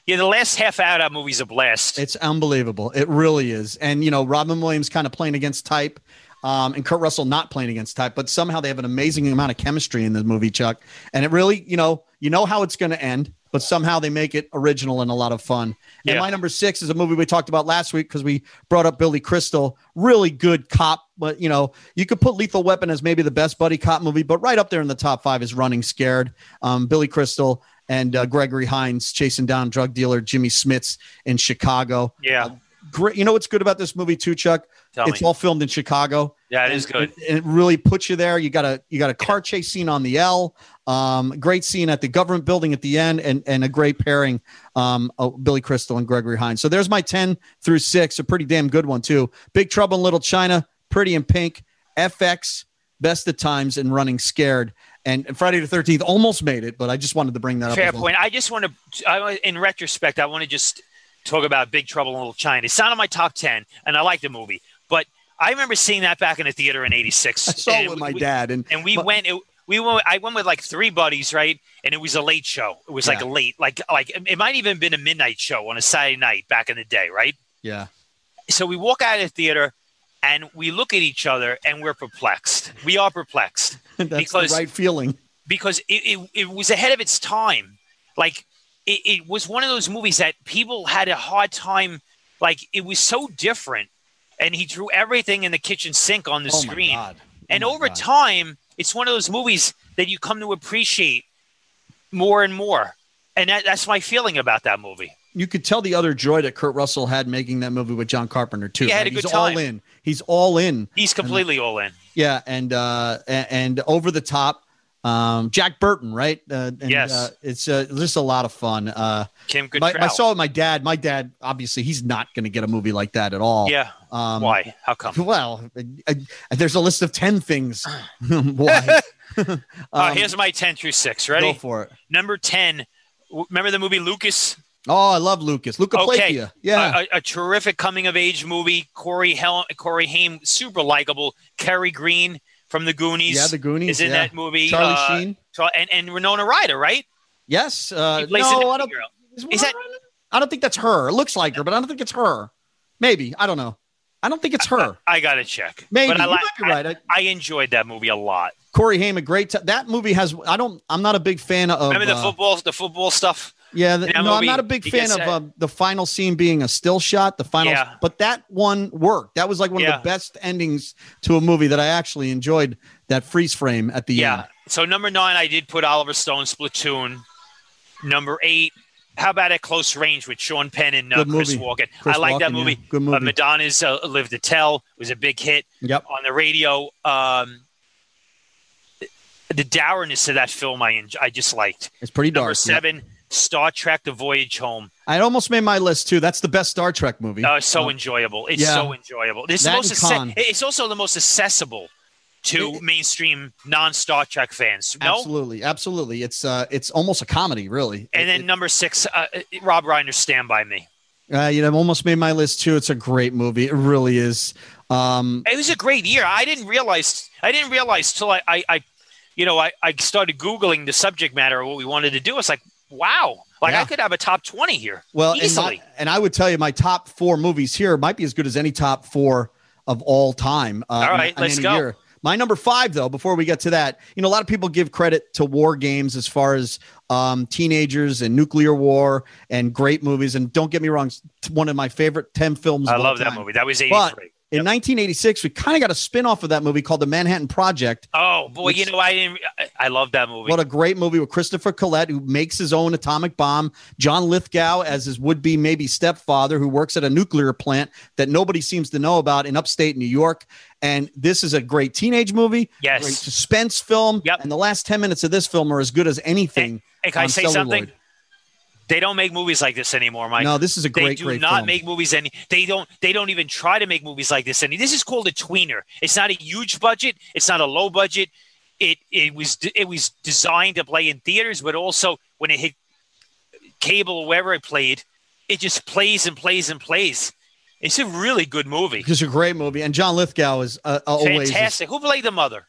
Speaker 3: Yeah, the last half hour of that movie's a blast.
Speaker 2: It's unbelievable. It really is. And you know, Robin Williams kind of playing against type, um, and Kurt Russell not playing against type, but somehow they have an amazing amount of chemistry in the movie, Chuck. And it really, you know, you know how it's going to end, but somehow they make it original and a lot of fun.
Speaker 3: Yeah.
Speaker 2: And my number six is a movie we talked about last week because we brought up Billy Crystal. Really good cop, but you know, you could put Lethal Weapon as maybe the best buddy cop movie, but right up there in the top five is Running Scared. Um, Billy Crystal and uh, Gregory Hines chasing down drug dealer Jimmy Smits in Chicago.
Speaker 3: yeah,
Speaker 2: Great. You know what's good about this movie too, Chuck?
Speaker 3: tell
Speaker 2: it's
Speaker 3: me.
Speaker 2: all filmed in Chicago.
Speaker 3: Yeah, it
Speaker 2: And-
Speaker 3: is good.
Speaker 2: And it really puts you there. You got a you got a car chase scene on the L. Um, great scene at the government building at the end, and and a great pairing, um, of Billy Crystal and Gregory Hines. So there's my ten through six, a pretty damn good one too. Big Trouble in Little China, Pretty in Pink, FX, Best of Times and Running Scared. And, and Friday the 13th almost made it, but I just wanted to bring that
Speaker 3: Fair
Speaker 2: up. as well.
Speaker 3: point. I just want to, I, in retrospect, I want to just talk about Big Trouble in Little China. It's not on my top 10, and I like the movie, but I remember seeing that back in the theater in 86.
Speaker 2: I saw
Speaker 3: and
Speaker 2: it with
Speaker 3: we-
Speaker 2: my
Speaker 3: we-
Speaker 2: dad, and
Speaker 3: And we
Speaker 2: but-
Speaker 3: went, it, we went, I went with like three buddies, right? And it was a late show. It was like
Speaker 2: Yeah.
Speaker 3: a late, like, like it might even been a midnight show on a Saturday night back in the day, right?
Speaker 2: yeah,
Speaker 3: so we walk out of the theater and we look at each other and we're perplexed. We are perplexed
Speaker 2: that's
Speaker 3: Because-
Speaker 2: the right feeling.
Speaker 3: because it, it, it was ahead of its time. Like it, it was one of those movies that people had a hard time. Like it was so different. And he drew everything in the kitchen sink on the
Speaker 2: Oh my
Speaker 3: screen.
Speaker 2: God. Oh
Speaker 3: And
Speaker 2: my
Speaker 3: over
Speaker 2: God.
Speaker 3: time, it's one of those movies that you come to appreciate more and more. And that, that's my feeling about that movie.
Speaker 2: you could tell the other joy that Kurt Russell had making that movie with John Carpenter too.
Speaker 3: He had
Speaker 2: right?
Speaker 3: a good
Speaker 2: He's
Speaker 3: time.
Speaker 2: all in. He's all in.
Speaker 3: He's completely all in.
Speaker 2: Yeah, and uh, a- and over the top, um, Jack Burton, right? Uh, and,
Speaker 3: Yes.
Speaker 2: uh, it's uh, just a lot of fun. Uh,
Speaker 3: Kim
Speaker 2: my,
Speaker 3: Goodtrow.
Speaker 2: I saw it with my dad. My dad, obviously, he's not going to get a movie like that at all.
Speaker 3: Yeah.
Speaker 2: Um,
Speaker 3: Why? How come?
Speaker 2: Well, I, I- there's a list of ten things. Why?
Speaker 3: Uh,
Speaker 2: Um,
Speaker 3: here's my 10 through 6.
Speaker 2: go
Speaker 3: Ready?
Speaker 2: for it.
Speaker 3: Number 10. w- Remember the movie Lucas?
Speaker 2: Oh, I love Lucas. Luca
Speaker 3: Okay. Uh,
Speaker 2: Placchia. Yeah.
Speaker 3: A, a, a terrific coming of age movie. Corey, Hel- Corey Haim, super likable. Cary Green from The Goonies.
Speaker 2: yeah, the Goonies.
Speaker 3: is in
Speaker 2: yeah.
Speaker 3: that movie.
Speaker 2: Charlie
Speaker 3: uh,
Speaker 2: Sheen.
Speaker 3: Char- and, and Renona Ryder, right?
Speaker 2: Yes. Uh,
Speaker 3: He plays an
Speaker 2: no, I
Speaker 3: indie
Speaker 2: don't.
Speaker 3: girl.
Speaker 2: Is,
Speaker 3: Is that-
Speaker 2: that? I don't think that's her. It looks like her, but I don't think it's her. Maybe I don't know. I don't think it's her.
Speaker 3: I got to check.
Speaker 2: Maybe
Speaker 3: But I,
Speaker 2: you
Speaker 3: li-
Speaker 2: might be
Speaker 3: I-
Speaker 2: right. I,
Speaker 3: I, enjoyed that movie a lot.
Speaker 2: Corey Haim, a great. T- that movie has. I don't. I'm not a big fan of.
Speaker 3: Remember the
Speaker 2: uh,
Speaker 3: football, the football stuff?
Speaker 2: Yeah, the,
Speaker 3: that
Speaker 2: no,
Speaker 3: movie?
Speaker 2: I'm not a big
Speaker 3: He
Speaker 2: fan
Speaker 3: gets
Speaker 2: of
Speaker 3: that-
Speaker 2: uh, the final scene being a still shot. The final,
Speaker 3: Yeah.
Speaker 2: but that one worked. That was like one
Speaker 3: Yeah.
Speaker 2: of the best endings to a movie that I actually enjoyed. That freeze frame at the
Speaker 3: Yeah.
Speaker 2: end.
Speaker 3: So number nine, I did put Oliver Stone's Platoon. Number eight, how about at close range with Sean Penn and uh,
Speaker 2: Good
Speaker 3: Chris
Speaker 2: movie.
Speaker 3: Walken?
Speaker 2: Chris
Speaker 3: I like that
Speaker 2: Walken, yeah.
Speaker 3: movie.
Speaker 2: Good
Speaker 3: Uh,
Speaker 2: movie.
Speaker 3: Madonna's uh, "Live to Tell" was a big hit
Speaker 2: yep.
Speaker 3: on the radio. Um, the dourness of that film, I enj- I just liked.
Speaker 2: It's pretty dark.
Speaker 3: Number
Speaker 2: yeah.
Speaker 3: seven, Star Trek: The Voyage Home.
Speaker 2: I almost made my list too. That's the best Star Trek movie.
Speaker 3: Uh, so
Speaker 2: Um,
Speaker 3: enjoyable. It's
Speaker 2: yeah.
Speaker 3: so enjoyable. It's the
Speaker 2: That
Speaker 3: most.
Speaker 2: and
Speaker 3: acce-
Speaker 2: Khan.
Speaker 3: it's also the most accessible to
Speaker 2: It-
Speaker 3: mainstream non Star Trek fans. No,
Speaker 2: Absolutely, absolutely. It's uh, it's almost a comedy, really.
Speaker 3: And
Speaker 2: It-
Speaker 3: then number six, uh, uh, Rob Reiner, Stand By Me.
Speaker 2: it- uh, you know, I've almost made my list too. It's a great movie. It really is. Um,
Speaker 3: It was a great year. I didn't realize, I didn't realize till I, I, I you know, I, I started Googling the subject matter of what we wanted to do. It's like, wow, like
Speaker 2: Yeah.
Speaker 3: I could have a top 20 here.
Speaker 2: well, and,
Speaker 3: easily.
Speaker 2: my- and I would tell you my top four movies here might be as good as any top four of all time. Uh,
Speaker 3: All right,
Speaker 2: in a- in
Speaker 3: let's
Speaker 2: any
Speaker 3: go.
Speaker 2: My number five, though, before we get to that, you know, a lot of people give credit to war games as far as um, teenagers and nuclear war and great movies. And don't get me wrong, it's one of my favorite 10 films.
Speaker 3: I
Speaker 2: of all
Speaker 3: love that
Speaker 2: time.
Speaker 3: movie. That was 83.
Speaker 2: But in 1986, we kind of got a spin off of that movie called The Manhattan Project.
Speaker 3: oh boy, you know, I didn't, I, I love that movie.
Speaker 2: What a great movie with Christopher Collette, who makes his own atomic bomb. John Lithgow as his would be maybe stepfather, who works at a nuclear plant that nobody seems to know about in upstate New York. And this is a great teenage movie,
Speaker 3: Yes.
Speaker 2: great suspense film.
Speaker 3: Yep.
Speaker 2: And the last 10 minutes of this film are as good as anything.
Speaker 3: Hey, can I
Speaker 2: on
Speaker 3: say
Speaker 2: celluloid.
Speaker 3: something? They don't make movies like this anymore, Mike.
Speaker 2: no, this is a
Speaker 3: they
Speaker 2: great,
Speaker 3: do
Speaker 2: great
Speaker 3: not
Speaker 2: film.
Speaker 3: make movies any they don't they don't even try to make movies like this any this is called a tweener it's not a huge budget it's not a low budget it it was de- it was designed to play in theaters but also when it hit cable or wherever it played it just plays and plays and plays it's a really good movie
Speaker 2: it's a great movie. And John Lithgow is uh, always.
Speaker 3: fantastic who played the mother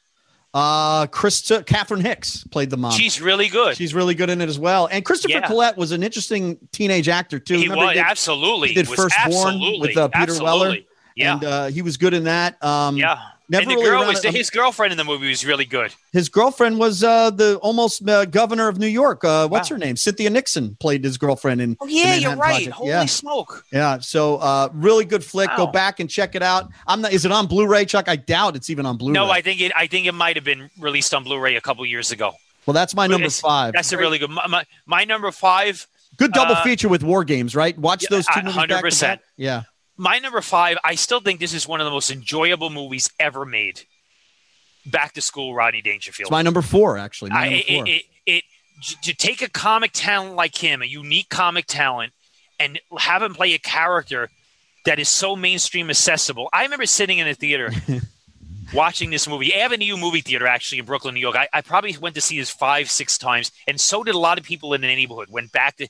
Speaker 2: Uh, Krista, Catherine Hicks played the mom.
Speaker 3: she's really good
Speaker 2: She's really good in it as well. And Christopher
Speaker 3: Yeah.
Speaker 2: Collette was an interesting teenage actor too.
Speaker 3: he
Speaker 2: Remember
Speaker 3: was
Speaker 2: did-
Speaker 3: absolutely
Speaker 2: he did
Speaker 3: was
Speaker 2: First Born
Speaker 3: absolutely
Speaker 2: with, uh, Peter Weller?
Speaker 3: absolutely. yeah
Speaker 2: and uh, he was good in that. Um,
Speaker 3: yeah
Speaker 2: never
Speaker 3: and the
Speaker 2: really
Speaker 3: girl
Speaker 2: around
Speaker 3: was
Speaker 2: it- um,
Speaker 3: his girlfriend in the movie was really good
Speaker 2: His girlfriend was uh, the almost uh, governor of New York. Uh, what's
Speaker 3: Wow.
Speaker 2: her name? Cynthia Nixon played his girlfriend in.
Speaker 3: oh
Speaker 2: The
Speaker 3: yeah you're
Speaker 2: Manhattan
Speaker 3: right
Speaker 2: Project.
Speaker 3: holy
Speaker 2: Yeah,
Speaker 3: smoke
Speaker 2: yeah. So uh, really good flick. Go
Speaker 3: Wow.
Speaker 2: back and check it out. I'm not. Is it on Blu-ray, Chuck? I doubt it's even on Blu-ray.
Speaker 3: No, I think it. I think it might have been released on Blu-ray a couple years ago.
Speaker 2: well, that's my number
Speaker 3: It's-
Speaker 2: five.
Speaker 3: That's a really good. My, my, my number five.
Speaker 2: good double
Speaker 3: uh,
Speaker 2: feature with War Games, right? Watch
Speaker 3: yeah,
Speaker 2: those two
Speaker 3: I-
Speaker 2: movies
Speaker 3: 100%.
Speaker 2: back to back. Yeah.
Speaker 3: My number five. I still think this is one of the most enjoyable movies ever made. Back to School, Rodney Dangerfield.
Speaker 2: It's my number four, actually. My
Speaker 3: I,
Speaker 2: number
Speaker 3: it,
Speaker 2: four.
Speaker 3: it, it, it- to take a comic talent like him, a unique comic talent, and have him play a character that is so mainstream accessible. I remember sitting in a theater watching this movie, Avenue Movie Theater, actually in Brooklyn, New York. I, I probably went to see this five, six times, and so did a lot of people in the neighborhood. Went back to,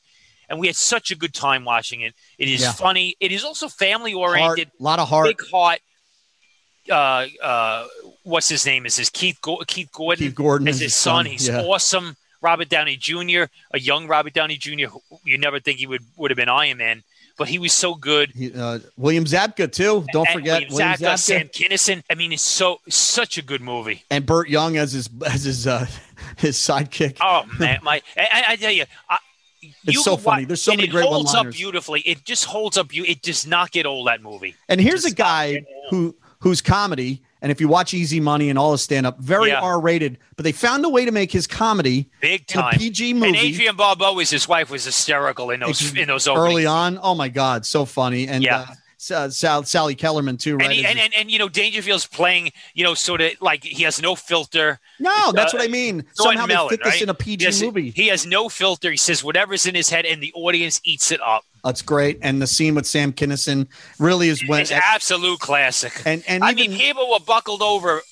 Speaker 3: and we had such a good time watching it. It is
Speaker 2: Yeah.
Speaker 3: funny. It is also family
Speaker 2: Heart,
Speaker 3: oriented.
Speaker 2: lot of heart.
Speaker 3: Big heart. Uh, uh, what's his name? Is this Keith Go- Keith Gordon?
Speaker 2: Keith Gordon
Speaker 3: as
Speaker 2: is
Speaker 3: his, son. He's
Speaker 2: yeah.
Speaker 3: awesome. Robert Downey Jr., a young Robert Downey Jr. who You never think he would would have been Iron Man, but he was so good.
Speaker 2: He, uh, William Zabka too. Don't
Speaker 3: And
Speaker 2: forget
Speaker 3: William
Speaker 2: William
Speaker 3: Zabka,
Speaker 2: Zabka
Speaker 3: Sam Kinison. I mean, it's so such a good movie.
Speaker 2: and Burt Young as his as his uh, his sidekick.
Speaker 3: Oh man, my I- I, I tell you, I,
Speaker 2: It's so
Speaker 3: can wa-
Speaker 2: funny. There's so
Speaker 3: and
Speaker 2: many
Speaker 3: it
Speaker 2: great
Speaker 3: holds up
Speaker 2: one-liners.
Speaker 3: beautifully. It just holds up. You, it does not get old. That movie.
Speaker 2: And here's a
Speaker 3: Just stop
Speaker 2: guy
Speaker 3: right now.
Speaker 2: who whose comedy, and if you watch Easy Money and all his stand up, very
Speaker 3: Yeah.
Speaker 2: R rated, but they found a way to make his comedy
Speaker 3: Big
Speaker 2: in a
Speaker 3: time.
Speaker 2: PG
Speaker 3: And
Speaker 2: movie
Speaker 3: Adrian Barbeau is his wife was hysterical in those
Speaker 2: Ex-
Speaker 3: in those openings.
Speaker 2: early on. Oh my god, so funny! And
Speaker 3: Yeah.
Speaker 2: uh, Sa- Sal- Sally Kellerman too, right?
Speaker 3: and, he,
Speaker 2: as
Speaker 3: and,
Speaker 2: his-
Speaker 3: and and you know Dangerfield's playing you know sort of like he has no filter.
Speaker 2: no, that's
Speaker 3: uh,
Speaker 2: what I mean.
Speaker 3: Thornton
Speaker 2: Somehow they
Speaker 3: Mellon,
Speaker 2: fit
Speaker 3: right?
Speaker 2: this in a PG
Speaker 3: He has-
Speaker 2: movie.
Speaker 3: He has no filter. He says whatever's in his head, and the audience eats it up.
Speaker 2: that's great. And the scene with Sam Kinison really is when
Speaker 3: It's absolute classic.
Speaker 2: and and
Speaker 3: I
Speaker 2: even,
Speaker 3: mean, people were buckled over,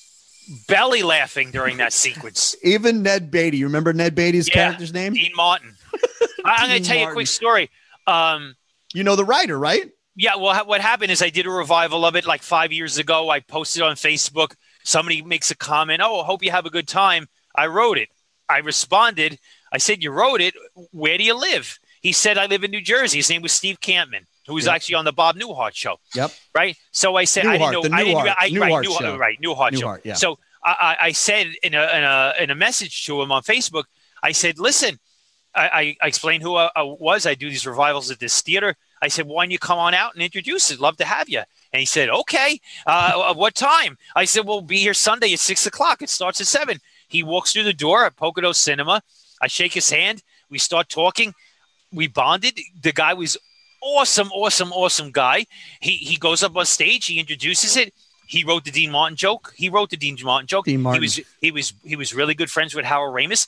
Speaker 3: belly laughing during that sequence.
Speaker 2: even Ned Beatty. You remember Ned Beatty's
Speaker 3: Yeah.
Speaker 2: character's name?
Speaker 3: Dean Martin. I, I'm going
Speaker 2: Dean
Speaker 3: to tell you a
Speaker 2: Martin.
Speaker 3: quick story. Um,
Speaker 2: You know the writer, right?
Speaker 3: yeah, well, ha- what happened is I did a revival of it like five years ago. I posted on Facebook. Somebody makes a comment. Oh, hope you have a good time. I wrote it. I responded. I said, "You wrote it. Where do you live?" He said, "I live in New Jersey." His name was Steve Campman, who was
Speaker 2: Yep.
Speaker 3: actually on the Bob Newhart show.
Speaker 2: Yep.
Speaker 3: Right. So I said, "I
Speaker 2: Newhart,
Speaker 3: didn't know."
Speaker 2: the
Speaker 3: I didn't.
Speaker 2: Newhart-
Speaker 3: I,
Speaker 2: Newhart
Speaker 3: right, Newhart,
Speaker 2: show.
Speaker 3: right. Newhart show.
Speaker 2: Newhart, yeah.
Speaker 3: So I, I I said in a, in a in a message to him on Facebook. I said, "Listen, I, I explained who I, I was. I do these revivals at this theater. I said, why don't you come on out and introduce it? Love to have you. And he said, okay. Uh, what time? I said, we'll be here Sunday at six o'clock. It starts at seven. He walks through the door at Pocono Cinema. I shake his hand. We start talking. We bonded. The guy was awesome, awesome, awesome guy. He he goes up on stage. He introduces it. He wrote the Dean Martin joke. He wrote the Dean Martin joke.
Speaker 2: Dean Martin.
Speaker 3: He was he was he was really good friends with Howard Ramis.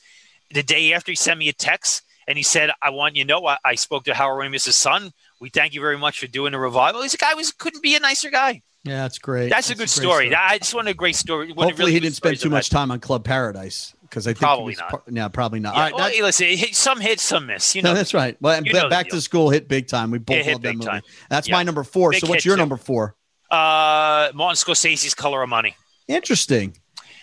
Speaker 3: The day after, he sent me a text and he said, "I want you to know I, I spoke to Howard Ramis' son. We thank you very much for doing the revival." He's a guy who was- couldn't be a nicer guy.
Speaker 2: Yeah, that's great.
Speaker 3: That's a good
Speaker 2: great
Speaker 3: story. That- I just wanted a great story. One of
Speaker 2: Hopefully,
Speaker 3: really
Speaker 2: he
Speaker 3: good
Speaker 2: didn't spend
Speaker 3: stories
Speaker 2: too
Speaker 3: about-
Speaker 2: much time on Club Paradise because I think he
Speaker 3: Probably
Speaker 2: was
Speaker 3: not.
Speaker 2: par- yeah, probably not.
Speaker 3: Yeah,
Speaker 2: All right,
Speaker 3: well,
Speaker 2: that-
Speaker 3: hey, listen, it hit- some hit, some miss. You
Speaker 2: no,
Speaker 3: know,
Speaker 2: that's right. Well,
Speaker 3: you
Speaker 2: ba-
Speaker 3: know the
Speaker 2: back to
Speaker 3: deal.
Speaker 2: school hit big time. We both
Speaker 3: hit
Speaker 2: love that
Speaker 3: big
Speaker 2: movie.
Speaker 3: time.
Speaker 2: That's
Speaker 3: Yeah.
Speaker 2: my number four.
Speaker 3: Big
Speaker 2: so, what's
Speaker 3: hit,
Speaker 2: your
Speaker 3: too.
Speaker 2: number four?
Speaker 3: uh, Martin Scorsese's Color of Money.
Speaker 2: Interesting.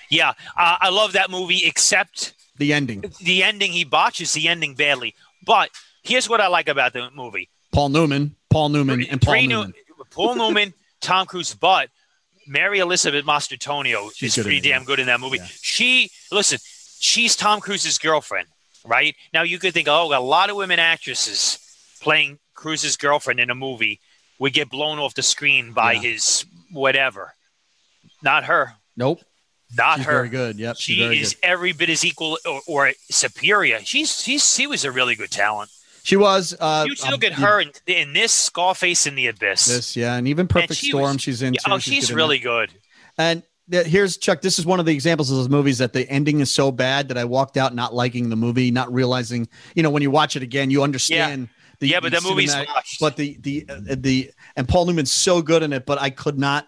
Speaker 3: Yeah, uh, I love that movie, except
Speaker 2: The ending.
Speaker 3: the ending. He botches the ending badly. But here's what I like about the movie:
Speaker 2: Paul Newman. Paul Newman and Paul
Speaker 3: Three new-
Speaker 2: Newman.
Speaker 3: Paul Newman, Tom Cruise, but Mary Elizabeth Mastertonio
Speaker 2: She's
Speaker 3: is
Speaker 2: good in
Speaker 3: pretty
Speaker 2: it,
Speaker 3: damn good in that movie.
Speaker 2: Yeah.
Speaker 3: She listen, she's Tom Cruise's girlfriend, right? Now you could think, oh, a lot of women actresses playing Cruise's girlfriend in a movie would get blown off the screen by
Speaker 2: Yeah.
Speaker 3: his whatever. Not her.
Speaker 2: Nope.
Speaker 3: Not
Speaker 2: She's
Speaker 3: her.
Speaker 2: very good. Yep. she's
Speaker 3: She
Speaker 2: very
Speaker 3: is
Speaker 2: good.
Speaker 3: every bit as equal or, or superior. She's, she's she was a really good talent.
Speaker 2: She was. Uh,
Speaker 3: You should
Speaker 2: um,
Speaker 3: look at
Speaker 2: the-
Speaker 3: her in, in this Scarface in the Abyss.
Speaker 2: This, yeah, and even Perfect
Speaker 3: she was-
Speaker 2: Storm. she's in.
Speaker 3: Yeah,
Speaker 2: too.
Speaker 3: oh, she's,
Speaker 2: good in that.
Speaker 3: really good.
Speaker 2: And th- here's Chuck. This is one of the examples of those movies that the ending is so bad that I walked out not liking the movie, not realizing. You know, when you watch it again, you understand. The,
Speaker 3: Yeah, but the movie's
Speaker 2: cinematic-
Speaker 3: watched.
Speaker 2: But the the uh, the and Paul Newman's so good in it, but I could not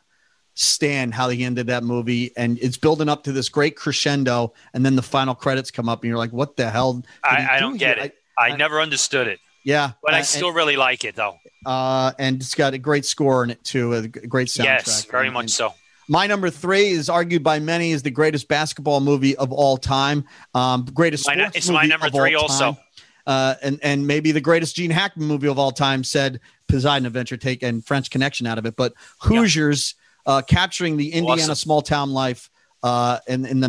Speaker 2: stand how he ended that movie, and it's building up to this great crescendo, and then the final credits come up, and you're like, "What the hell?" did he
Speaker 3: I, I
Speaker 2: do
Speaker 3: don't get
Speaker 2: here?
Speaker 3: it. I,
Speaker 2: I-
Speaker 3: never understood it,
Speaker 2: I- yeah,
Speaker 3: but
Speaker 2: uh,
Speaker 3: I still really like it though.
Speaker 2: uh, and it's got a great score in it too, a g- great soundtrack.
Speaker 3: Yes, very
Speaker 2: And-
Speaker 3: much so.
Speaker 2: My number three is argued by many is the greatest basketball movie of all time. Um, greatest
Speaker 3: My nu-
Speaker 2: sports
Speaker 3: it's
Speaker 2: movie
Speaker 3: my number
Speaker 2: of all
Speaker 3: three also.
Speaker 2: time. Uh, and and maybe the greatest Gene Hackman movie of all time. Said Poseidon Adventure, take and French Connection out of it, but Hoosiers uh, capturing the Indiana
Speaker 3: Awesome.
Speaker 2: small town life uh, in in the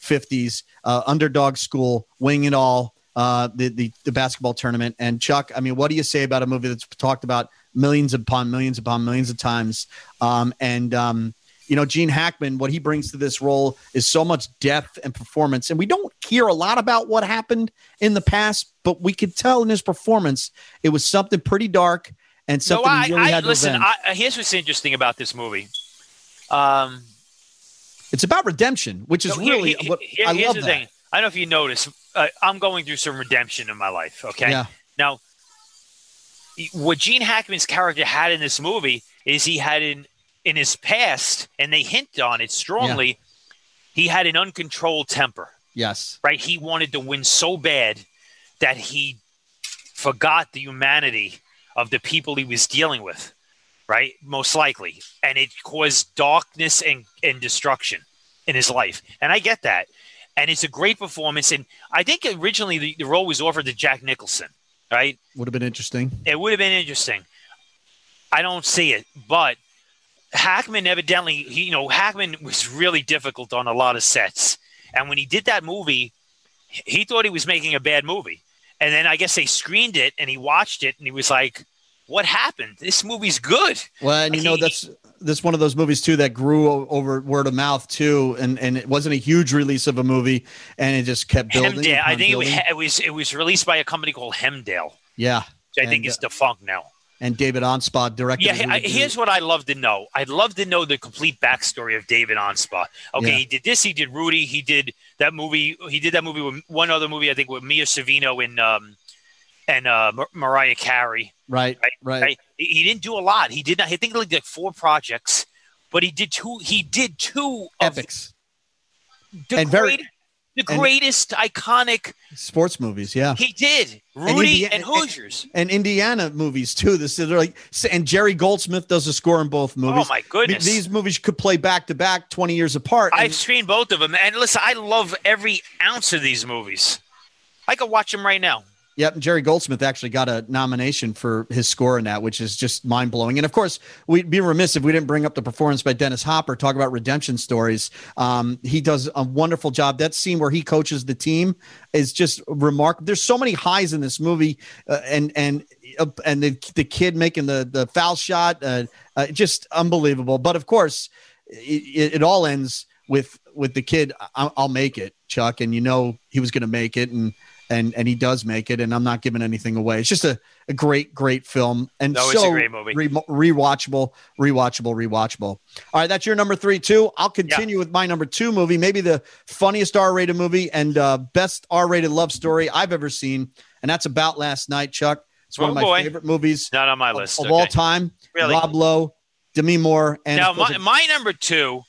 Speaker 2: 1950s. Uh, underdog school, wing it all. Uh, the, the the basketball tournament and Chuck. I mean, what do you say about a movie that's talked about millions upon millions upon millions of times? Um, and um, you know, Gene Hackman, what he brings to this role is so much depth and performance. And we don't hear a lot about what happened in the past, but we could tell in his performance it was something pretty dark and
Speaker 3: So
Speaker 2: something
Speaker 3: I,
Speaker 2: he really
Speaker 3: I
Speaker 2: had to
Speaker 3: listen.
Speaker 2: avenge.
Speaker 3: I, I- here's what's interesting about this movie. Um,
Speaker 2: It's about redemption, which is
Speaker 3: so here-
Speaker 2: really
Speaker 3: here-
Speaker 2: what
Speaker 3: here-
Speaker 2: I
Speaker 3: here's
Speaker 2: love.
Speaker 3: the
Speaker 2: that.
Speaker 3: thing. I don't know if you noticed. Uh, I'm going through some redemption in my life. Okay.
Speaker 2: Yeah,
Speaker 3: Now, what Gene Hackman's character had in this movie is he had an in his past, and they hint on it strongly, he had an uncontrolled temper,
Speaker 2: Yes.
Speaker 3: right? He wanted to win so bad that he forgot the humanity of the people he was dealing with, right? Most likely. And it caused darkness and, and destruction in his life. And I get that. And it's a great performance. And I think originally the, the role was offered to Jack Nicholson, right?
Speaker 2: Would have been interesting.
Speaker 3: It would have been interesting. I don't see it, but Hackman evidently, he, you know, Hackman was really difficult on a lot of sets. And when he did that movie, he thought he was making a bad movie. And then I guess they screened it and he watched it and he was like, what happened? This movie's good.
Speaker 2: Well, and you know
Speaker 3: He-
Speaker 2: that's that's one of those movies too that grew o- over word of mouth too, and and it wasn't a huge release of a movie, and it just kept building.
Speaker 3: Hemdale, I
Speaker 2: upon
Speaker 3: think it was,
Speaker 2: building.
Speaker 3: it was it was released by a company called Hemdale,
Speaker 2: yeah.
Speaker 3: which I think
Speaker 2: And,
Speaker 3: is defunct now.
Speaker 2: And David Onspah directed.
Speaker 3: Yeah,
Speaker 2: a
Speaker 3: he- I,
Speaker 2: really good-
Speaker 3: here's what I'd love to know. I'd love to know the complete backstory of David Onspah. Okay,
Speaker 2: Yeah.
Speaker 3: he did this. He did Rudy. He did that movie. He did that movie with one other movie, I think, with Mia Savino and um, and uh, Mar- Mariah Carey.
Speaker 2: right,
Speaker 3: right,
Speaker 2: right,
Speaker 3: Right? He, he didn't do a lot. He did not. I think he did like four projects, but he did two. He did two of
Speaker 2: epics,
Speaker 3: the,
Speaker 2: and very-
Speaker 3: great- the
Speaker 2: and-
Speaker 3: greatest iconic.
Speaker 2: sports movies, yeah,
Speaker 3: He did Rudy
Speaker 2: Indi-
Speaker 3: and, Hoosiers.
Speaker 2: and Indiana movies too. This they're like, and Jerry Goldsmith does a score in both movies.
Speaker 3: oh my
Speaker 2: Th-
Speaker 3: goodness!
Speaker 2: These movies could play back to back, twenty years apart. and-
Speaker 3: I've screened both of them, and listen, I love every ounce of these movies. I could watch them right now.
Speaker 2: Yep, and Jerry Goldsmith actually got a nomination for his score in that, which is just mind blowing. And of course, we'd be remiss if we didn't bring up the performance by Dennis Hopper. Talk about redemption stories. Um, he does a wonderful job. That scene where he coaches the team is just remarkable. There's so many highs in this movie, uh, and and uh, and the the kid making the the foul shot, uh, uh, just unbelievable. But of course, it, it all ends with with the kid. I, I'll make it, Chuck, and you know he was going to make it, and and and he does make it. And I'm not giving anything away. It's just a, a great, great film, and
Speaker 3: No,
Speaker 2: so
Speaker 3: it's a great movie.
Speaker 2: re- rewatchable, rewatchable, rewatchable. All right, that's your number three too. I'll continue with my number two movie, maybe the funniest R-rated movie and uh, best R-rated love story I've ever seen, and that's about last night, Chuck. It's one
Speaker 3: Oh,
Speaker 2: of my
Speaker 3: boy.
Speaker 2: favorite movies
Speaker 3: Not on my
Speaker 2: of,
Speaker 3: list
Speaker 2: of
Speaker 3: okay.
Speaker 2: all time.
Speaker 3: Really?
Speaker 2: Rob Lowe, Demi Moore, and
Speaker 3: now,
Speaker 2: of course,
Speaker 3: my, my number two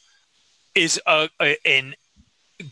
Speaker 3: is a, a an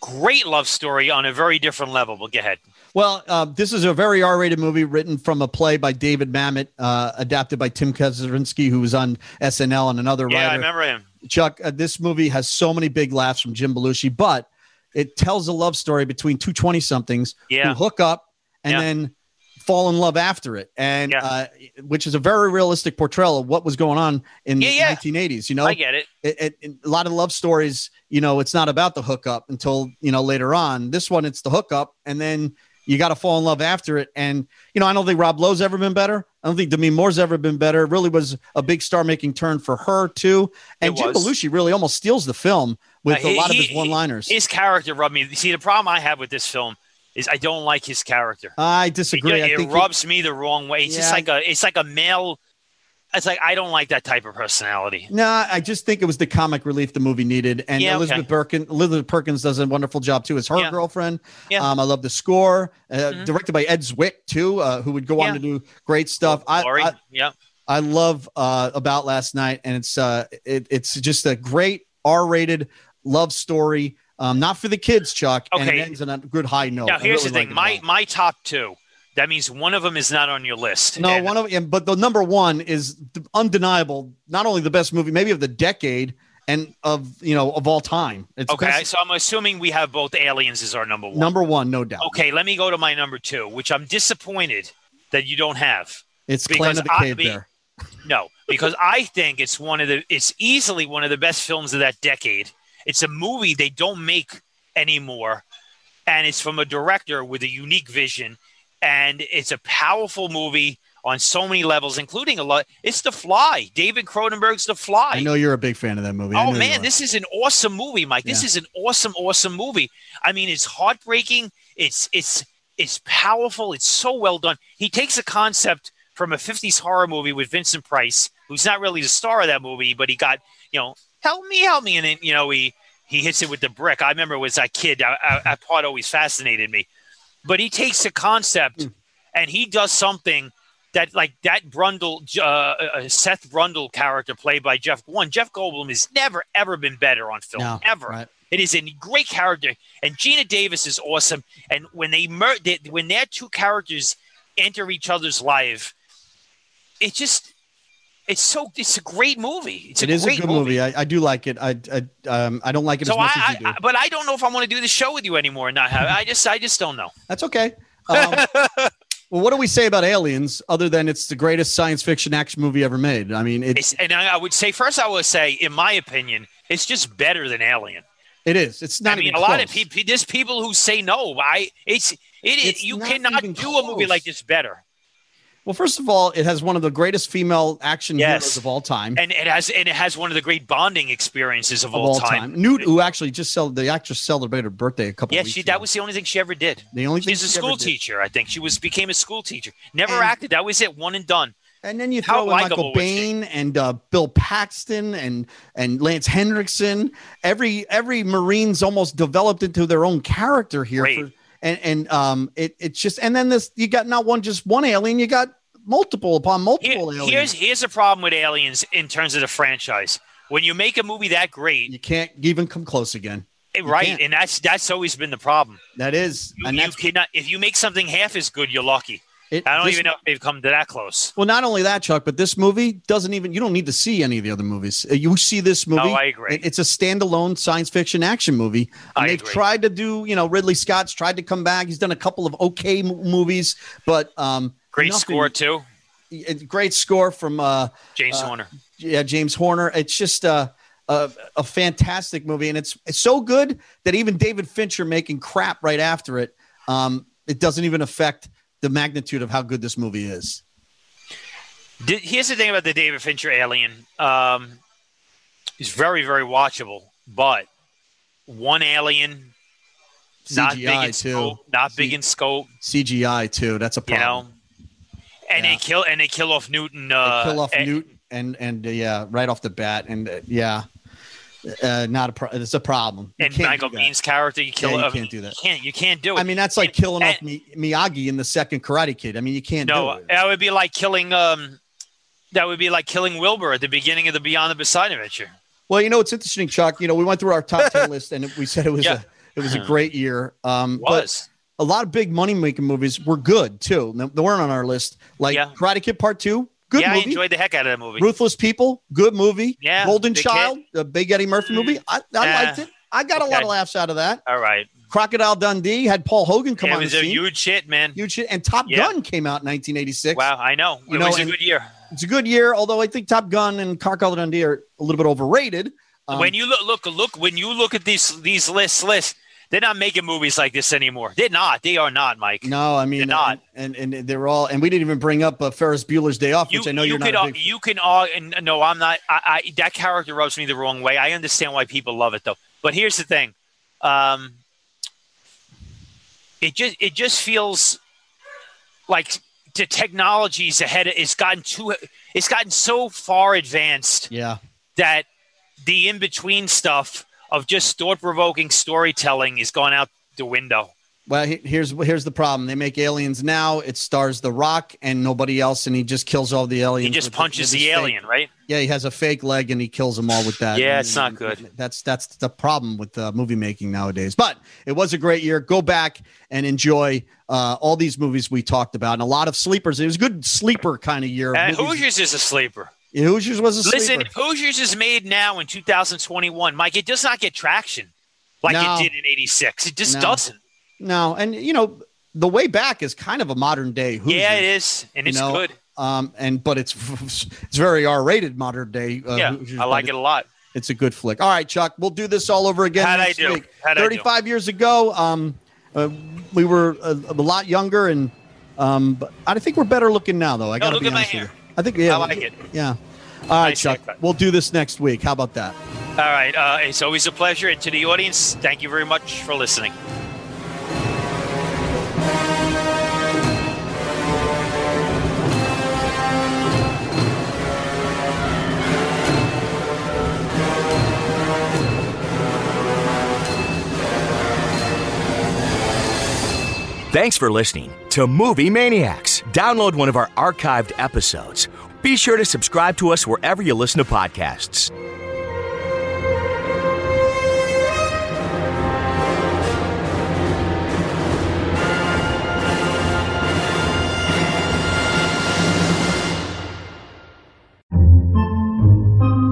Speaker 3: great love story on a very different level. But go ahead.
Speaker 2: Well, uh, this is a very R-rated movie written from a play by David Mamet, uh, adapted by Tim Kazarinski, who was on SNL and another
Speaker 3: Yeah, I
Speaker 2: writer.
Speaker 3: remember him.
Speaker 2: Chuck, uh, this movie has so many big laughs from Jim Belushi, but it tells a love story between two 20 somethings who
Speaker 3: Yeah,
Speaker 2: hook up and
Speaker 3: Yeah.
Speaker 2: then fall in love after it. And
Speaker 3: Yeah.
Speaker 2: uh, which is a very realistic portrayal of what was going on in
Speaker 3: Yeah, yeah.
Speaker 2: the 1980s. You know,
Speaker 3: I get it.
Speaker 2: it, it, it- a lot of love stories, you know, it's not about the hookup until, you know, later on. This one, it's the hookup, and then you got to fall in love after it. And, you know, I don't think Rob Lowe's ever been better. I don't think Demi Moore's ever been better. It really was a big star making turn for her, too. And
Speaker 3: It
Speaker 2: Jim
Speaker 3: was.
Speaker 2: Belushi really almost steals the film with
Speaker 3: Uh,
Speaker 2: a
Speaker 3: he-
Speaker 2: lot of
Speaker 3: he-
Speaker 2: his one liners.
Speaker 3: His character rubbed me. See, the problem I have with this film is I don't like his character.
Speaker 2: I
Speaker 3: It,
Speaker 2: disagree. I
Speaker 3: it
Speaker 2: think he-
Speaker 3: rubs me the wrong way. It's just
Speaker 2: Yeah.
Speaker 3: like a it's like a male. It's like I don't like that type of personality.
Speaker 2: No, I just think it was the comic relief the movie needed, and
Speaker 3: Yeah, okay.
Speaker 2: Elizabeth Perkins. Elizabeth Perkins does a wonderful job too as her
Speaker 3: Yeah.
Speaker 2: girlfriend.
Speaker 3: Yeah.
Speaker 2: Um, I love the score, uh,
Speaker 3: Mhm.
Speaker 2: directed by Ed Zwick too, uh, who would go
Speaker 3: Yeah.
Speaker 2: on to do great stuff. I,
Speaker 3: Lori?
Speaker 2: I
Speaker 3: yeah,
Speaker 2: I love uh, about last night, and it's uh, it, it's just a great R-rated love story. Um, not for the kids, Chuck, and
Speaker 3: Okay.
Speaker 2: it ends on a good high note.
Speaker 3: Now
Speaker 2: Oh, I
Speaker 3: here's
Speaker 2: really
Speaker 3: the
Speaker 2: like
Speaker 3: thing.
Speaker 2: it a
Speaker 3: My
Speaker 2: lot.
Speaker 3: my top two. That means one of them is not on your list.
Speaker 2: No,
Speaker 3: And
Speaker 2: one of them, but the number one is the undeniable. Not only the best movie, maybe of the decade, and of you know of all time. It's
Speaker 3: Okay,
Speaker 2: best-
Speaker 3: so I'm assuming we have both aliens as our number one.
Speaker 2: number one, no doubt.
Speaker 3: okay, let me go to my number two, which I'm disappointed that you don't have.
Speaker 2: It's
Speaker 3: Because
Speaker 2: Clan of the
Speaker 3: I-
Speaker 2: Cave
Speaker 3: be-
Speaker 2: Bear.
Speaker 3: No, because I think it's one of the it's easily one of the best films of that decade. It's a movie they don't make anymore, and it's from a director with a unique vision, and it's a powerful movie on so many levels, including a lot. It's The Fly, David Cronenberg's The Fly.
Speaker 2: I know you're a big fan of that movie. I
Speaker 3: Oh
Speaker 2: know you
Speaker 3: man,
Speaker 2: are.
Speaker 3: this is an awesome movie, Mike. This
Speaker 2: Yeah.
Speaker 3: is an awesome, awesome movie. I mean, it's heartbreaking. It's it's it's powerful. It's so well done. He takes a concept from a '50s horror movie with Vincent Price, who's not really the star of that movie, but he got you know, help me, help me, and then you know he he hits it with the brick. I remember as a kid, I, I, that
Speaker 2: Hmm.
Speaker 3: part always fascinated me. But he takes a concept and he does something that like that Brundle, uh, uh, Seth Brundle character played by Jeff one Jeff Goldblum has never ever been better on film
Speaker 2: No,
Speaker 3: ever.
Speaker 2: right.
Speaker 3: It is a great character, and Gina Davis is awesome. And when they mer- they, when their two characters enter each other's life, it just it's so it's a great movie. It's a
Speaker 2: It is a
Speaker 3: great
Speaker 2: good movie. I, I do like it. I I, um, I don't like it
Speaker 3: So
Speaker 2: as
Speaker 3: I,
Speaker 2: much as
Speaker 3: I,
Speaker 2: you do.
Speaker 3: I- but I don't know if I want to do the show with you anymore. Or not have I just I just don't know.
Speaker 2: That's okay. Um, well, what do we say about Aliens other than it's the greatest science fiction action movie ever made? I mean, it's
Speaker 3: It's, and I, I would say first I would say in my opinion it's just better than Alien.
Speaker 2: it is. It's not.
Speaker 3: I mean,
Speaker 2: even
Speaker 3: a lot of
Speaker 2: close.
Speaker 3: people. There's people who say no. I it's it is
Speaker 2: It's
Speaker 3: you
Speaker 2: not
Speaker 3: cannot
Speaker 2: even
Speaker 3: do a movie
Speaker 2: close.
Speaker 3: like this better.
Speaker 2: Well, first of all, it has one of the greatest female action
Speaker 3: Yes.
Speaker 2: heroes of all time.
Speaker 3: And it has and it has one of the great bonding experiences of,
Speaker 2: of all time, Newt, who actually just cel- the actress celebrated her birthday a couple.
Speaker 3: Yeah,
Speaker 2: weeks
Speaker 3: she
Speaker 2: ago.
Speaker 3: that was the only thing she ever did.
Speaker 2: the only thing
Speaker 3: She's a
Speaker 2: she ever
Speaker 3: school
Speaker 2: did.
Speaker 3: teacher, I think. She was became a school teacher. Never
Speaker 2: And-
Speaker 3: acted. That was it. One and done.
Speaker 2: And then you
Speaker 3: How
Speaker 2: throw in Michael
Speaker 3: likable was she?
Speaker 2: Bain and uh, Bill Paxton and and Lance Hendrickson. Every every Marine's almost developed into their own character here.
Speaker 3: Great.
Speaker 2: and and um, it it's just and then this you got not one just one alien, you got multiple upon
Speaker 3: Here-
Speaker 2: multiple aliens.
Speaker 3: here's here's a problem with aliens in terms of the franchise. When you make a movie that great, eh,
Speaker 2: you can't even come close again.
Speaker 3: right?
Speaker 2: can't.
Speaker 3: And that's that's always been the problem.
Speaker 2: That is,
Speaker 3: You,
Speaker 2: and
Speaker 3: you
Speaker 2: that's
Speaker 3: cannot if you make something half as good, you're lucky.
Speaker 2: it,
Speaker 3: I don't
Speaker 2: this-
Speaker 3: even know if they've come to that close.
Speaker 2: Well, not only that, Chuck, but this movie doesn't even, you don't need to see any of the other movies. Uh, You see this movie.
Speaker 3: I agree.
Speaker 2: it- It's a standalone science fiction action movie. And
Speaker 3: I
Speaker 2: they've
Speaker 3: agree.
Speaker 2: tried to do, you know, Ridley Scott's tried to come back. He's done a couple of okay m- movies, but um,
Speaker 3: Great
Speaker 2: nothing-
Speaker 3: score too,
Speaker 2: it- great score from uh,
Speaker 3: James
Speaker 2: Uh,
Speaker 3: Horner.
Speaker 2: yeah, James Horner. It's just uh, a, a fantastic movie. And it's, it's so good that even David Fincher making crap right after it, um, it doesn't even affect the magnitude of how good this movie is.
Speaker 3: Di- Here's the thing about the David Fincher Alien. Um, it's very, very watchable, but one alien, not big
Speaker 2: CGI
Speaker 3: in scope, not big
Speaker 2: See-
Speaker 3: in scope,
Speaker 2: CGI too. That's a
Speaker 3: you
Speaker 2: problem.
Speaker 3: know. And
Speaker 2: Yeah.
Speaker 3: they kill and they kill off Newton.
Speaker 2: They
Speaker 3: Uh,
Speaker 2: kill off
Speaker 3: and-
Speaker 2: Newt and and uh, yeah, right off the bat, and uh, yeah, uh, not a pro- it's a problem. You
Speaker 3: and
Speaker 2: can't
Speaker 3: Michael
Speaker 2: do that.
Speaker 3: Bean's character. You kill.
Speaker 2: Yeah, you
Speaker 3: I mean,
Speaker 2: can't do that.
Speaker 3: You can't. You can't do it.
Speaker 2: I mean, that's like killing
Speaker 3: and-
Speaker 2: off Mi- Miyagi in the second Karate Kid. I mean, you can't
Speaker 3: no, eh,
Speaker 2: do it.
Speaker 3: that would be like killing. Um, that would be like killing Wilbur at the beginning of the Beyond the Beside Adventure.
Speaker 2: Well, you know, it's interesting, Chuck. You know, we went through our top ten list, and we said it was
Speaker 3: Yeah.
Speaker 2: a it was a great year. Um, but
Speaker 3: Was
Speaker 2: a lot of big money making movies were good too. They they weren't on our list, like
Speaker 3: Yeah.
Speaker 2: Karate Kid Part Two. Good
Speaker 3: yeah,
Speaker 2: movie.
Speaker 3: I enjoyed the heck out of that movie.
Speaker 2: Ruthless People, good movie.
Speaker 3: Yeah,
Speaker 2: Golden
Speaker 3: the kid.
Speaker 2: Child, the Big Eddie Murphy movie. I, I
Speaker 3: Yeah.
Speaker 2: liked it. I got a lot
Speaker 3: Okay.
Speaker 2: of laughs out of that.
Speaker 3: All right,
Speaker 2: Crocodile Dundee had Paul Hogan come
Speaker 3: it
Speaker 2: on the
Speaker 3: was a
Speaker 2: scene. Huge,
Speaker 3: huge hit, man.
Speaker 2: hit. and Top
Speaker 3: Yeah.
Speaker 2: Gun came out in 1986.
Speaker 3: Wow, I know.
Speaker 2: You
Speaker 3: it
Speaker 2: know,
Speaker 3: was a
Speaker 2: and-
Speaker 3: good year.
Speaker 2: It's a good year, although I think Top Gun and Crocodile Dundee are a little bit overrated. Um,
Speaker 3: when you look, look, look, when you look at these these lists, lists, they're not making movies like this anymore. They're not. They are not, Mike.
Speaker 2: no, I
Speaker 3: They're
Speaker 2: mean,
Speaker 3: not.
Speaker 2: and, and and they're all, and we didn't even bring up uh, Ferris Bueller's Day Off,
Speaker 3: You,
Speaker 2: which I know
Speaker 3: you
Speaker 2: you're
Speaker 3: could,
Speaker 2: not.
Speaker 3: ar-
Speaker 2: A big,
Speaker 3: you can all. and No, I'm not. I, I that character rubs me the wrong way. I understand why people love it though. But here's the thing. Um, it just it just feels like the technology's ahead. It's gotten too. It's gotten so far advanced
Speaker 2: yeah,
Speaker 3: that the in between stuff of just thought provoking storytelling is gone out the window.
Speaker 2: Well, he- here's here's the problem. They make aliens now. It stars The Rock and nobody else, and he just kills all the aliens.
Speaker 3: He just
Speaker 2: with-
Speaker 3: punches
Speaker 2: with
Speaker 3: the
Speaker 2: his fake-
Speaker 3: alien, right?
Speaker 2: Yeah, he has a fake leg and he kills them all with that.
Speaker 3: Yeah,
Speaker 2: And-
Speaker 3: it's not good.
Speaker 2: That's that's the problem with uh, movie making nowadays. But it was a great year. Go back and enjoy uh, all these movies we talked about and a lot of sleepers. It was a good sleeper kind of year.
Speaker 3: And
Speaker 2: Movies-
Speaker 3: Hoosiers is a sleeper.
Speaker 2: Yeah, Hoosiers was a sleeper.
Speaker 3: Listen, if Hoosiers is made now in 2021, Mike, it does not get traction like
Speaker 2: No.
Speaker 3: it did in 86. It just
Speaker 2: No.
Speaker 3: doesn't.
Speaker 2: No, and you know the way back is kind of a modern day. Hoosiers.
Speaker 3: Yeah, it is. And
Speaker 2: You
Speaker 3: it's
Speaker 2: know,
Speaker 3: good.
Speaker 2: Um, and but it's it's very R rated modern day. Uh,
Speaker 3: Yeah,
Speaker 2: Hoosiers,
Speaker 3: I
Speaker 2: but
Speaker 3: like it a lot.
Speaker 2: It's a good flick. All right, Chuck, we'll do this all over again
Speaker 3: How'd I
Speaker 2: next
Speaker 3: do?
Speaker 2: week.
Speaker 3: How'd I do?
Speaker 2: 35 years ago, um, uh, we were a, a lot younger, and um, but I think we're better looking now, though. I got to
Speaker 3: look
Speaker 2: be
Speaker 3: at my
Speaker 2: honest with
Speaker 3: hair.
Speaker 2: you. I think yeah,
Speaker 3: I like it.
Speaker 2: Yeah. All right,
Speaker 3: Nice
Speaker 2: Chuck,
Speaker 3: haircut.
Speaker 2: we'll do this next week. How about that?
Speaker 3: All right. Uh, it's always a pleasure. And to the audience, thank you very much for listening.
Speaker 1: Thanks for listening to Movie Maniacs. Download one of our archived episodes. Be sure to subscribe to us wherever you listen to podcasts.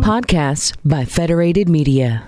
Speaker 4: Podcasts by Federated Media.